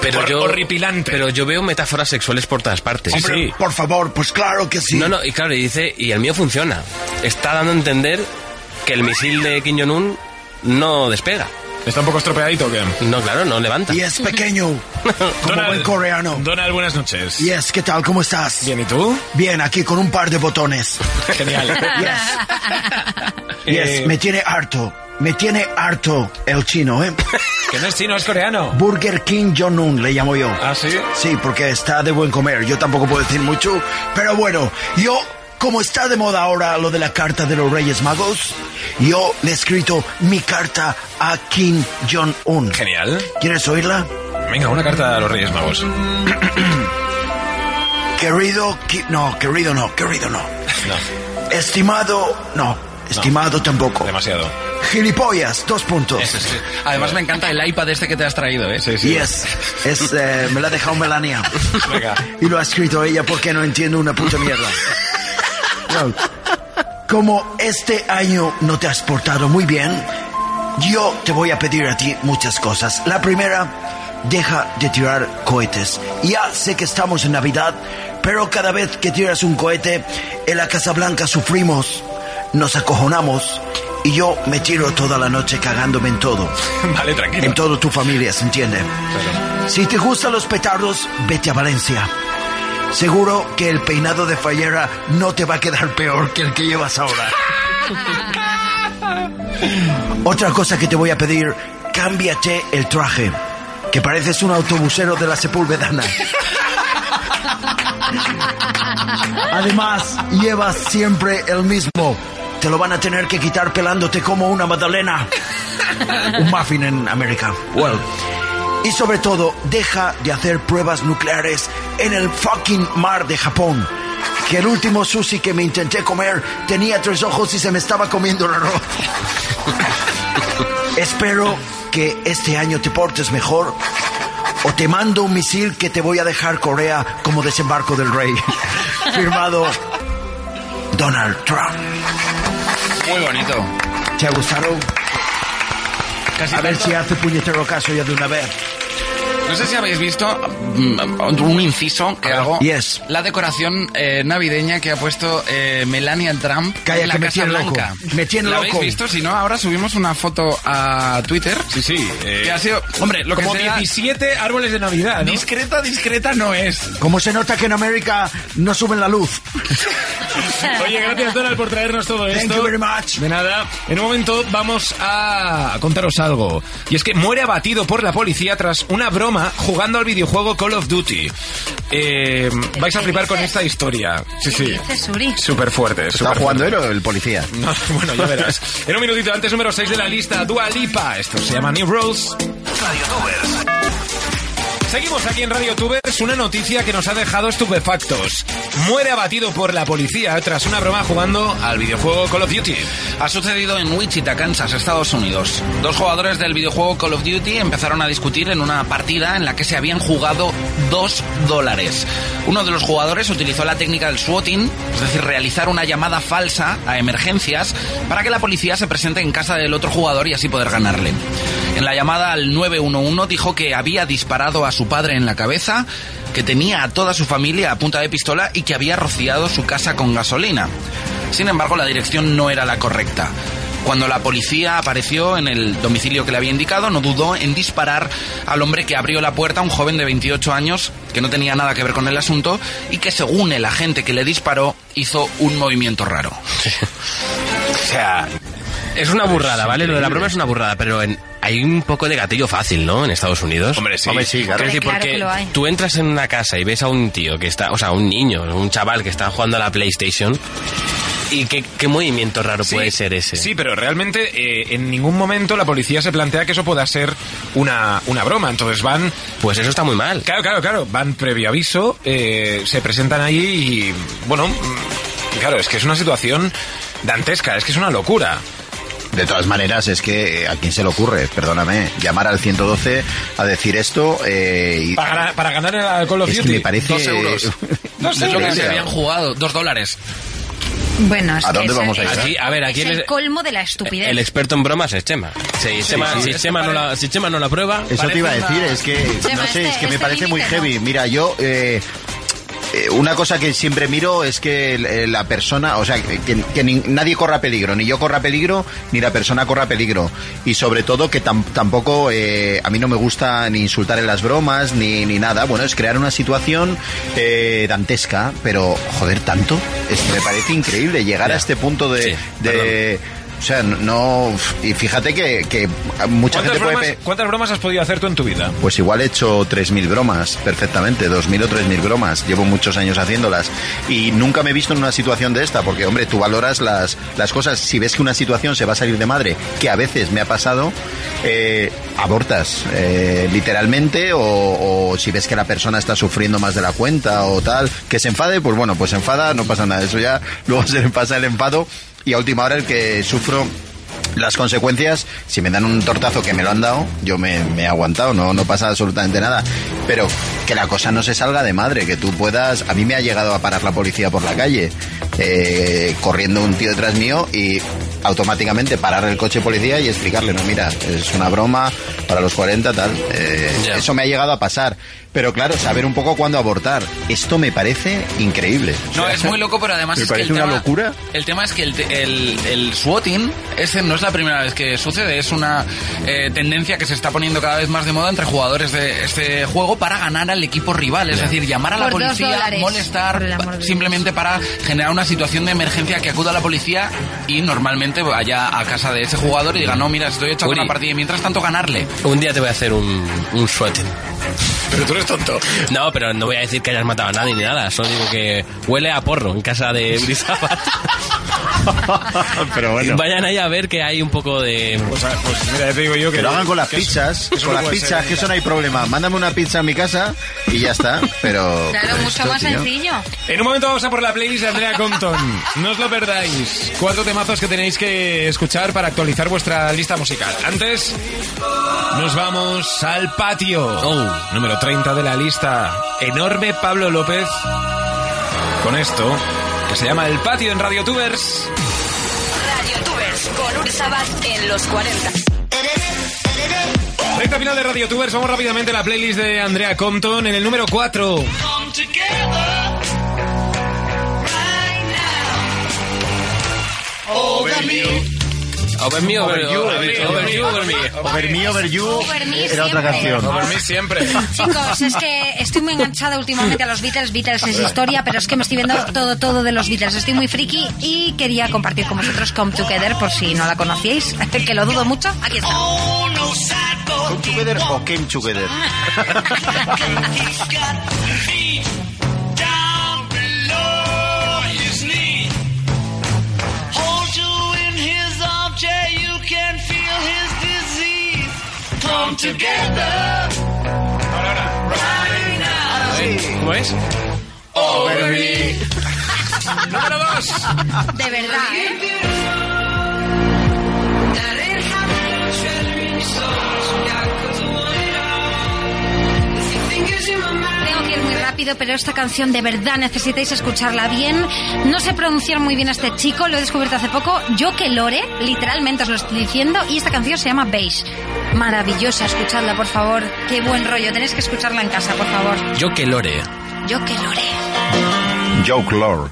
Speaker 7: Pero
Speaker 1: Hor-
Speaker 7: yo,
Speaker 1: horripilante.
Speaker 7: Pero yo veo metáforas sexuales por todas partes.
Speaker 1: Hombre,
Speaker 7: por favor, pues claro que sí. No, no, y claro, y dice, y el mío funciona. Está dando a entender que el misil de Kim Jong-un no despega.
Speaker 1: ¿Está un poco estropeadito o qué?
Speaker 7: No, claro, no levanta.
Speaker 14: Y es pequeño, como buen coreano.
Speaker 1: Donald, buenas noches.
Speaker 14: Yes, ¿qué tal? ¿Cómo estás?
Speaker 1: Bien, ¿y
Speaker 14: [laughs]
Speaker 1: tú?
Speaker 14: Bien, aquí con un par de botones.
Speaker 1: Genial. Eh,
Speaker 14: Yes, yes, me tiene harto. Me tiene harto el chino, ¿eh?
Speaker 1: Que no es chino, es coreano.
Speaker 14: Burger King Jong-un le llamo yo.
Speaker 1: ¿Ah, sí?
Speaker 14: Sí, porque está de buen comer. Yo tampoco puedo decir mucho. Pero bueno, yo, como está de moda ahora lo de la carta de los Reyes Magos, yo le he escrito mi carta a Kim Jong-un.
Speaker 1: Genial.
Speaker 14: ¿Quieres oírla?
Speaker 1: Venga, una carta a los Reyes Magos.
Speaker 14: Querido Ki- No, querido no, querido no. Estimado... No, estimado tampoco.
Speaker 1: Demasiado.
Speaker 14: Gilipollas, dos
Speaker 1: Eh.
Speaker 14: puntos.
Speaker 2: Además me encanta el iPad este que te has traído, ¿eh?
Speaker 14: Y es, es, eh, me la ha dejado Melania.
Speaker 1: Venga.
Speaker 14: Y lo ha escrito ella porque no entiendo una puta mierda. Well, como este año no te has portado muy bien, yo te voy a pedir a ti muchas cosas. La primera, deja de tirar cohetes. Ya sé que estamos en Navidad, pero cada vez que tiras un cohete, en la Casa Blanca sufrimos, nos acojonamos. Y yo me tiro toda la noche cagándome en todo.
Speaker 1: [laughs] Vale, tranquilo.
Speaker 14: En todo tu familia, ¿se entiende? Si te gustan los petardos, vete a Valencia. Seguro que el peinado de Fallera no te va a quedar peor que el que llevas ahora. [laughs] Otra cosa que te voy a pedir, cámbiate el traje, que pareces un autobusero de la Sepulvedana. Además, llevas siempre el mismo. Te lo van a tener que quitar pelándote como una magdalena. Un muffin en América. Well. Y sobre todo, deja de hacer pruebas nucleares en el fucking mar de Japón. Que el último sushi que me intenté comer tenía tres ojos y se me estaba comiendo
Speaker 3: [laughs]
Speaker 14: el arroz. Espero que este año te portes mejor o te mando un misil que te voy a dejar Corea como desembarco
Speaker 3: [laughs]
Speaker 14: del rey. Firmado Donald Trump.
Speaker 2: Muy bonito.
Speaker 14: ¿Te ha gustado? a ver si hace puñetero caso ya de una vez.
Speaker 2: No sé si habéis visto mm, un inciso que
Speaker 3: Oh.
Speaker 2: hago.
Speaker 14: Yes.
Speaker 2: La decoración eh, navideña que ha puesto eh, Melania Trump
Speaker 14: Calla,
Speaker 2: en la
Speaker 14: que me
Speaker 2: Casa
Speaker 14: tiene loco.
Speaker 2: Blanca.
Speaker 14: Me tiene
Speaker 2: ¿La habéis
Speaker 14: loco.
Speaker 2: visto? Si no, ahora subimos una foto a Twitter.
Speaker 1: Sí, sí. eh,
Speaker 2: Que ha sido, hombre, lo que
Speaker 1: como
Speaker 2: sea,
Speaker 1: 17 árboles de Navidad, ¿no?
Speaker 2: discreta, discreta no es.
Speaker 14: Como se nota que en América no suben la luz.
Speaker 1: [laughs] Oye, gracias Donald por traernos todo esto.
Speaker 14: Thank you very much.
Speaker 1: De nada. En un momento vamos a contaros algo. Y es que muere abatido por la policía tras una broma jugando al videojuego Call of Duty. Eh, vais a
Speaker 4: qué
Speaker 1: flipar con
Speaker 4: dices?
Speaker 1: esta historia. Sí, sí.
Speaker 4: Dice Suri.
Speaker 1: Súper fuerte.
Speaker 3: Está jugando él o el policía.
Speaker 1: [laughs] No, bueno, ya verás. En un minutito antes, número 6 de la lista, Dua Lipa. Esto se llama New Rules. Seguimos aquí en Radio Tubers, una noticia que nos ha dejado estupefactos. Muere abatido por la policía tras una broma jugando al videojuego Call of Duty.
Speaker 2: Ha sucedido en Wichita, Kansas, Estados Unidos. Dos jugadores del videojuego Call of Duty empezaron a discutir en una partida en la que se habían jugado dos dólares. Uno de los jugadores utilizó la técnica del swatting, es decir, realizar una llamada falsa a emergencias para que la policía se presente en casa del otro jugador y así poder ganarle. En la llamada al 911 dijo que había disparado a su padre en la cabeza, que tenía a toda su familia a punta de pistola y que había rociado su casa con gasolina. Sin embargo, la dirección no era la correcta. Cuando la policía apareció en el domicilio que le había indicado, no dudó en disparar al hombre que abrió la puerta, un joven de 28 años que no tenía nada que ver con el asunto y que según el agente que le disparó hizo un movimiento raro.
Speaker 7: O sea, es una burrada, ¿vale? Lo de la broma es una burrada, pero en- hay un poco de gatillo fácil, ¿no? En Estados Unidos.
Speaker 1: Hombre, sí.
Speaker 3: Hombre, sí, claro.
Speaker 7: Quiero decir,
Speaker 4: Hombre, claro que lo hay.
Speaker 7: porque tú entras en una casa y ves a un tío que está, o sea, un niño, un chaval que está jugando a la PlayStation. ¿Y qué, qué movimiento raro puede ser ese?
Speaker 1: Sí, pero realmente eh, en ningún momento la policía se plantea que eso pueda ser una, una broma. Entonces van
Speaker 7: Pues eso está muy mal.
Speaker 1: Claro, claro, claro. Van previo aviso, eh, se presentan allí y. Bueno, mm, claro, es que es una situación dantesca, es que es una locura.
Speaker 3: De todas maneras, es que eh, a quién se le ocurre, perdóname, llamar al 112 a decir esto eh, y...
Speaker 1: Para, ganar- para ganar el alcohol of
Speaker 3: Es que
Speaker 1: Duty.
Speaker 3: me parece...
Speaker 2: Dos euros.
Speaker 7: [laughs]
Speaker 1: No
Speaker 2: Es lo que se
Speaker 3: increíble.
Speaker 2: habían jugado, dos dólares.
Speaker 4: Bueno, es
Speaker 3: ¿A
Speaker 4: que
Speaker 3: dónde
Speaker 4: es-
Speaker 3: vamos a
Speaker 4: es-
Speaker 3: llegar?
Speaker 7: Aquí, a ver, aquí
Speaker 4: es
Speaker 7: el,
Speaker 4: el colmo de la estupidez.
Speaker 7: el experto en bromas es Chema. Si Chema, si Chema no, la, si Chema no la prueba...
Speaker 3: Eso te
Speaker 7: parece
Speaker 3: iba a
Speaker 7: una-
Speaker 3: decir, es que,
Speaker 4: Chema,
Speaker 3: no sé, es
Speaker 4: este-
Speaker 3: que me
Speaker 4: este
Speaker 3: parece muy
Speaker 4: límite, ¿no?
Speaker 3: heavy. Mira, yo eh, eh, una cosa que siempre miro es que eh, la persona, o sea, que, que ni- nadie corra peligro, ni yo corra peligro, ni la persona corra peligro. Y sobre todo que tam- tampoco, eh, a mí no me gusta ni insultar en las bromas, ni, ni nada. Bueno, es crear una situación eh, dantesca, pero joder, tanto. Es- me parece increíble llegar a este punto de... de- o sea, no... Y fíjate que, que mucha
Speaker 1: ¿Cuántas
Speaker 3: gente puede...
Speaker 1: bromas,
Speaker 3: pe-
Speaker 1: cuántas bromas has podido hacer tú en tu vida?
Speaker 3: pues igual he hecho 3.000 bromas, perfectamente, 2.000 o 3.000 bromas. Llevo muchos años haciéndolas. Y nunca me he visto en una situación de esta, porque, hombre, tú valoras las, las cosas. Si ves que una situación se va a salir de madre, que a veces me ha pasado, eh, abortas, eh, literalmente, o, o si ves que la persona está sufriendo más de la cuenta o tal, que se enfade, pues bueno, pues se enfada, no pasa nada. Eso ya luego [laughs] se le pasa el enfado. Y a última hora el que sufro las consecuencias, si me dan un tortazo que me lo han dado, yo me, me he aguantado, no, no pasa absolutamente nada. Pero que la cosa no se salga de madre, que tú puedas... A mí me ha llegado a parar la policía por la calle, eh, corriendo un tío detrás mío y automáticamente parar el coche policía y explicarle, no, mira, es una broma para los 40, tal. eh, Eso me ha llegado a pasar. Pero claro, saber un poco cuándo abortar. Esto me parece increíble.
Speaker 2: No,
Speaker 3: O sea,
Speaker 2: es muy loco, pero además
Speaker 3: me
Speaker 2: es que
Speaker 3: parece
Speaker 2: el
Speaker 3: una
Speaker 2: tema,
Speaker 3: locura.
Speaker 2: El tema es que el, te- el, el swatting, ese no es la primera vez que sucede, es una eh, tendencia que se está poniendo cada vez más de moda entre jugadores de este juego para ganar al equipo rival, es decir, llamar a la
Speaker 4: Por dos
Speaker 2: policía,
Speaker 4: dólares, por el
Speaker 2: molestar,
Speaker 4: amor
Speaker 2: pa-
Speaker 4: de Dios.
Speaker 2: simplemente para generar una situación de emergencia que acuda a la policía y normalmente vaya a casa de ese jugador y diga, no, mira, estoy echando una partida y mientras tanto ganarle.
Speaker 7: Un día te voy a hacer un, un suéter. Pero tú eres tonto. No, pero no voy a decir que hayas matado a nadie ni nada. Solo digo que huele a porro en casa de Brizábal. [laughs]
Speaker 3: pero bueno.
Speaker 7: Vayan ahí a ver que hay un poco de. Pues,
Speaker 1: mira, te digo yo
Speaker 3: Que lo hagan con las pizzas, con las pizzas, que eso no ¿eh? hay problema. Mándame una pizza a mi casa y ya está, pero...
Speaker 4: Claro,
Speaker 3: pero
Speaker 4: mucho
Speaker 3: esto,
Speaker 4: más
Speaker 3: tío.
Speaker 4: sencillo.
Speaker 1: En un momento vamos a por la playlist de Andrea Compton. No os lo perdáis. Cuatro temazos que tenéis que escuchar para actualizar vuestra lista musical. Antes, nos vamos al patio. Oh, número 30 de la lista. Enorme Pablo López. Con esto, que se llama El Patio en Radio Tubers.
Speaker 16: Radio Tubers con Uri Sabat en los 40.
Speaker 1: Recta final de Radio Tubers. Vamos rápidamente a la playlist de Andrea Compton en el número 4.
Speaker 16: Come together right now. Over me.
Speaker 7: Over me, over,
Speaker 3: Over you,
Speaker 7: over me, over me, over me.
Speaker 3: Over me, over you.
Speaker 4: Over me
Speaker 3: Era otra
Speaker 4: siempre.
Speaker 3: canción.
Speaker 4: Over
Speaker 7: me siempre.
Speaker 4: Chicos, es que estoy muy enganchada últimamente a los Beatles. Beatles es historia, pero es que me estoy viendo todo, todo de los Beatles. Estoy muy friki y quería compartir con vosotros Come Together, por si no la conocíais, [laughs] que lo dudo mucho. Aquí está.
Speaker 3: Come together o came together.
Speaker 16: He's got feet down below his knee. Hold you in his armchair, you can feel his disease. Come together. Right now.
Speaker 7: ¿Cómo es?
Speaker 16: Over me.
Speaker 7: Número dos.
Speaker 4: De verdad, ¿eh? Tengo que ir muy rápido, pero esta canción de verdad necesitáis escucharla bien. No sé pronunciar muy bien a este chico, lo he descubierto hace poco. Yo que lore, literalmente os lo estoy diciendo, y esta canción se llama Beige. Maravillosa, escuchadla, por favor. Qué buen rollo, tenéis que escucharla en casa, por favor.
Speaker 7: Yo que lore.
Speaker 4: Yo que lore.
Speaker 3: Joke Lord.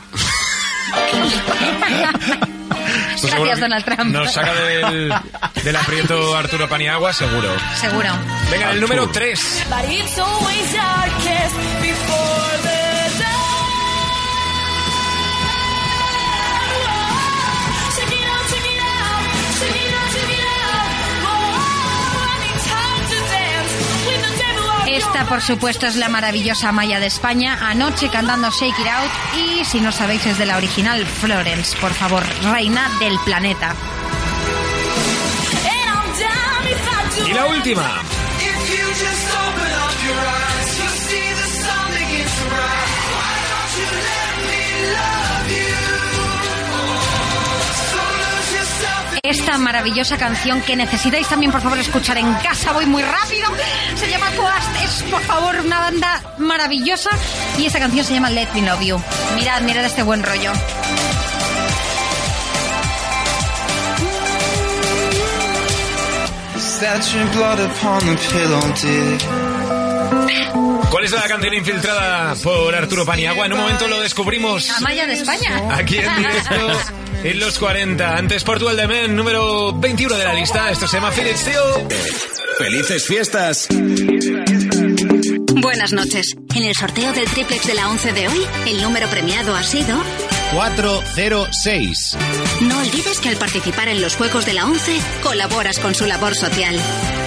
Speaker 4: Gracias, Donald Trump.
Speaker 1: Pues Nos saca del, del aprieto Arturo Paniagua, seguro.
Speaker 4: Seguro.
Speaker 1: Venga, el número 3.
Speaker 16: But it's always darkest before the dawn. Check it out, check it out, check it out, check it out. Oh, I need time to dance with the devil on your
Speaker 4: Esta, por supuesto, es la maravillosa Maya de España, anoche cantando Shake It Out y, si no sabéis, es de la original Florence, por favor, reina del planeta.
Speaker 16: And I'm down if I do.
Speaker 1: Y la última.
Speaker 16: If you just open up your eyes, you'll see the sun begins to rise. Why don't you let me love you? So lose yourself
Speaker 4: Esta maravillosa canción que necesitáis también, por favor, escuchar en casa. Voy muy rápido. Se llama Coast. Es, por favor, una banda maravillosa. Y esta canción se llama Let Me Love You. Mirad, mirad este buen rollo.
Speaker 19: Satching blood upon the pillow, dear.
Speaker 1: ¿Cuál es la canción infiltrada por Arturo Paniagua? En un momento lo descubrimos
Speaker 2: Amaya de España.
Speaker 1: aquí en directo en los 40. Antes Portugal de Men, número 21 de la lista. Esto se llama Feel It Still.
Speaker 20: Felices fiestas.
Speaker 4: Buenas noches. En el sorteo del triplex de la 11 de hoy, el número premiado ha sido...
Speaker 3: 406.
Speaker 4: No olvides que al participar en los Juegos de la 11, colaboras con su labor social.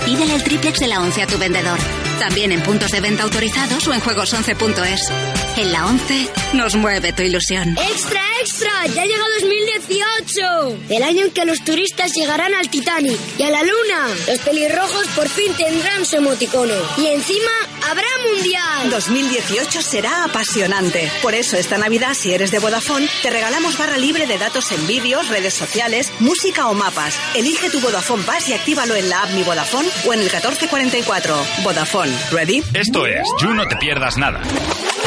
Speaker 4: Pídele el triplex de la 11 a tu vendedor. También en puntos de venta autorizados o en juegos11.es. En la 11 nos mueve tu ilusión.
Speaker 16: ¡Extra, extra! ¡Ya llega 2018! El año en que los turistas llegarán al Titanic y a la Luna. Los pelirrojos por fin tendrán su emoticono. Y encima habrá mundial.
Speaker 21: 2018 será apasionante. Por eso esta Navidad, si eres de Vodafone, te regalamos barra libre de datos en vídeos, redes sociales, música o mapas. Elige tu Vodafone Pass y actívalo en la app Mi Vodafone o en el 1444. Vodafone. ¿Ready?
Speaker 3: Esto es, You No Te Pierdas Nada. Me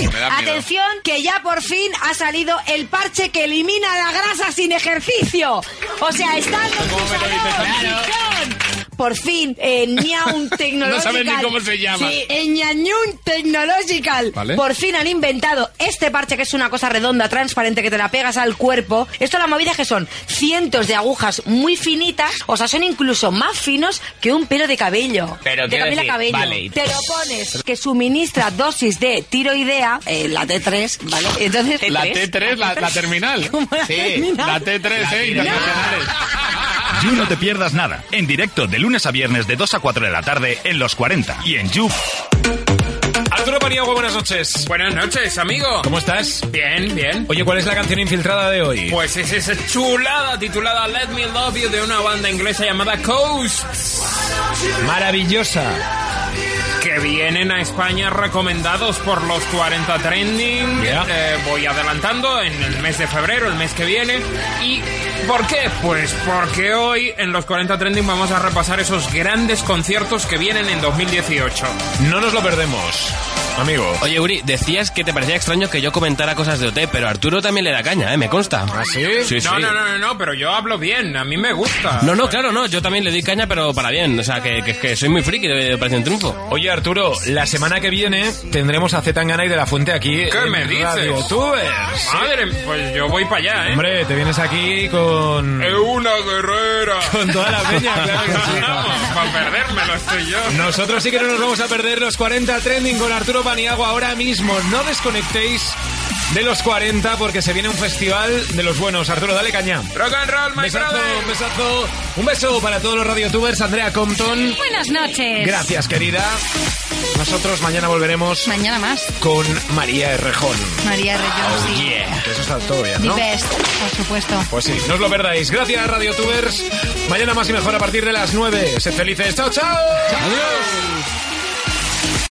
Speaker 3: da miedo.
Speaker 22: Atención, que ya por fin ha salido el parche que elimina la grasa sin ejercicio. O sea, están los pisarones, chicón. Por fin, eh, Ñaun Technological.
Speaker 23: [laughs] No saben ni cómo se llama.
Speaker 22: Sí, eh, Ñañun Technological.
Speaker 23: Vale.
Speaker 22: Por fin han inventado este parche que es una cosa redonda, transparente, que te la pegas al cuerpo. Esto la movida es que son cientos de agujas muy finitas, o sea, son incluso más finos que un pelo de cabello.
Speaker 23: Pero
Speaker 22: de
Speaker 23: quiero
Speaker 22: Camila
Speaker 23: decir,
Speaker 22: Cabello.
Speaker 23: vale, y-
Speaker 22: Te lo pones, que suministra dosis de tiroidea, eh, la T3, ¿vale? Entonces,
Speaker 2: La T3, la, la terminal.
Speaker 22: ¿Cómo la terminal?
Speaker 2: La T3, eh, internacionales.
Speaker 3: You No Te Pierdas Nada. En directo de lunes a viernes de 2 a 4 de la tarde en los 40. Y en You.
Speaker 1: Arturo Paniagua, buenas noches.
Speaker 2: Buenas noches, amigo.
Speaker 1: ¿Cómo estás?
Speaker 2: Bien, bien.
Speaker 1: Oye, ¿cuál es la canción infiltrada de hoy?
Speaker 2: Pues es esa chulada titulada Let Me Love You de una banda inglesa llamada Coasts.
Speaker 1: Maravillosa.
Speaker 2: que vienen a España recomendados por los 40 Trending. Eh, voy adelantando en el mes de febrero, el mes que viene. ¿Y por qué? Pues porque hoy en los 40 Trending vamos a repasar esos grandes conciertos que vienen en 2018.
Speaker 1: No nos lo perdemos, amigo.
Speaker 7: Oye, Uri, decías que te parecía extraño que yo comentara cosas de OT, pero Arturo también le da caña, ¿eh? Me consta. ¿Ah, sí? Sí,
Speaker 2: no, no, no, no, no, pero yo hablo bien, a mí me gusta.
Speaker 7: No, no, claro, no. Yo también le di caña, pero para bien. O sea, que, que, que soy muy friki de Operación Triunfo.
Speaker 1: Oye, Arturo, la semana que viene tendremos a Zetangana y de la Fuente aquí.
Speaker 2: ¿Qué
Speaker 1: en
Speaker 2: me dices?
Speaker 1: Radio Tubers.
Speaker 2: Madre, pues yo voy para allá, ¿eh?
Speaker 1: Hombre, te vienes aquí con.
Speaker 2: Es una guerrera.
Speaker 1: [laughs]
Speaker 2: [laughs]
Speaker 1: Con toda la
Speaker 3: [laughs]
Speaker 1: peña, claro que sí.
Speaker 2: Vamos, para perdérmelo estoy yo.
Speaker 1: Nosotros sí que no nos vamos a perder los 40 trending con Arturo Paniagua ahora mismo. No desconectéis de los 40 porque se viene un festival de los buenos. Arturo, dale caña.
Speaker 2: Rock and roll, my
Speaker 1: Besazo,
Speaker 2: brother.
Speaker 1: un besazo. Un beso para todos los radiotubers. Andrea Compton.
Speaker 2: Buenas noches.
Speaker 1: Gracias, querida. Nosotros mañana volveremos
Speaker 2: Mañana más.
Speaker 1: con María Errejón.
Speaker 2: María Reyes.
Speaker 1: Oh, yeah. Que eso está todo bien, ¿no?
Speaker 2: por supuesto.
Speaker 1: Pues sí, no os lo perdáis. Gracias, radiotubers. Mañana más y mejor a partir de las 9. Sed felices. Chao, chao. Adiós.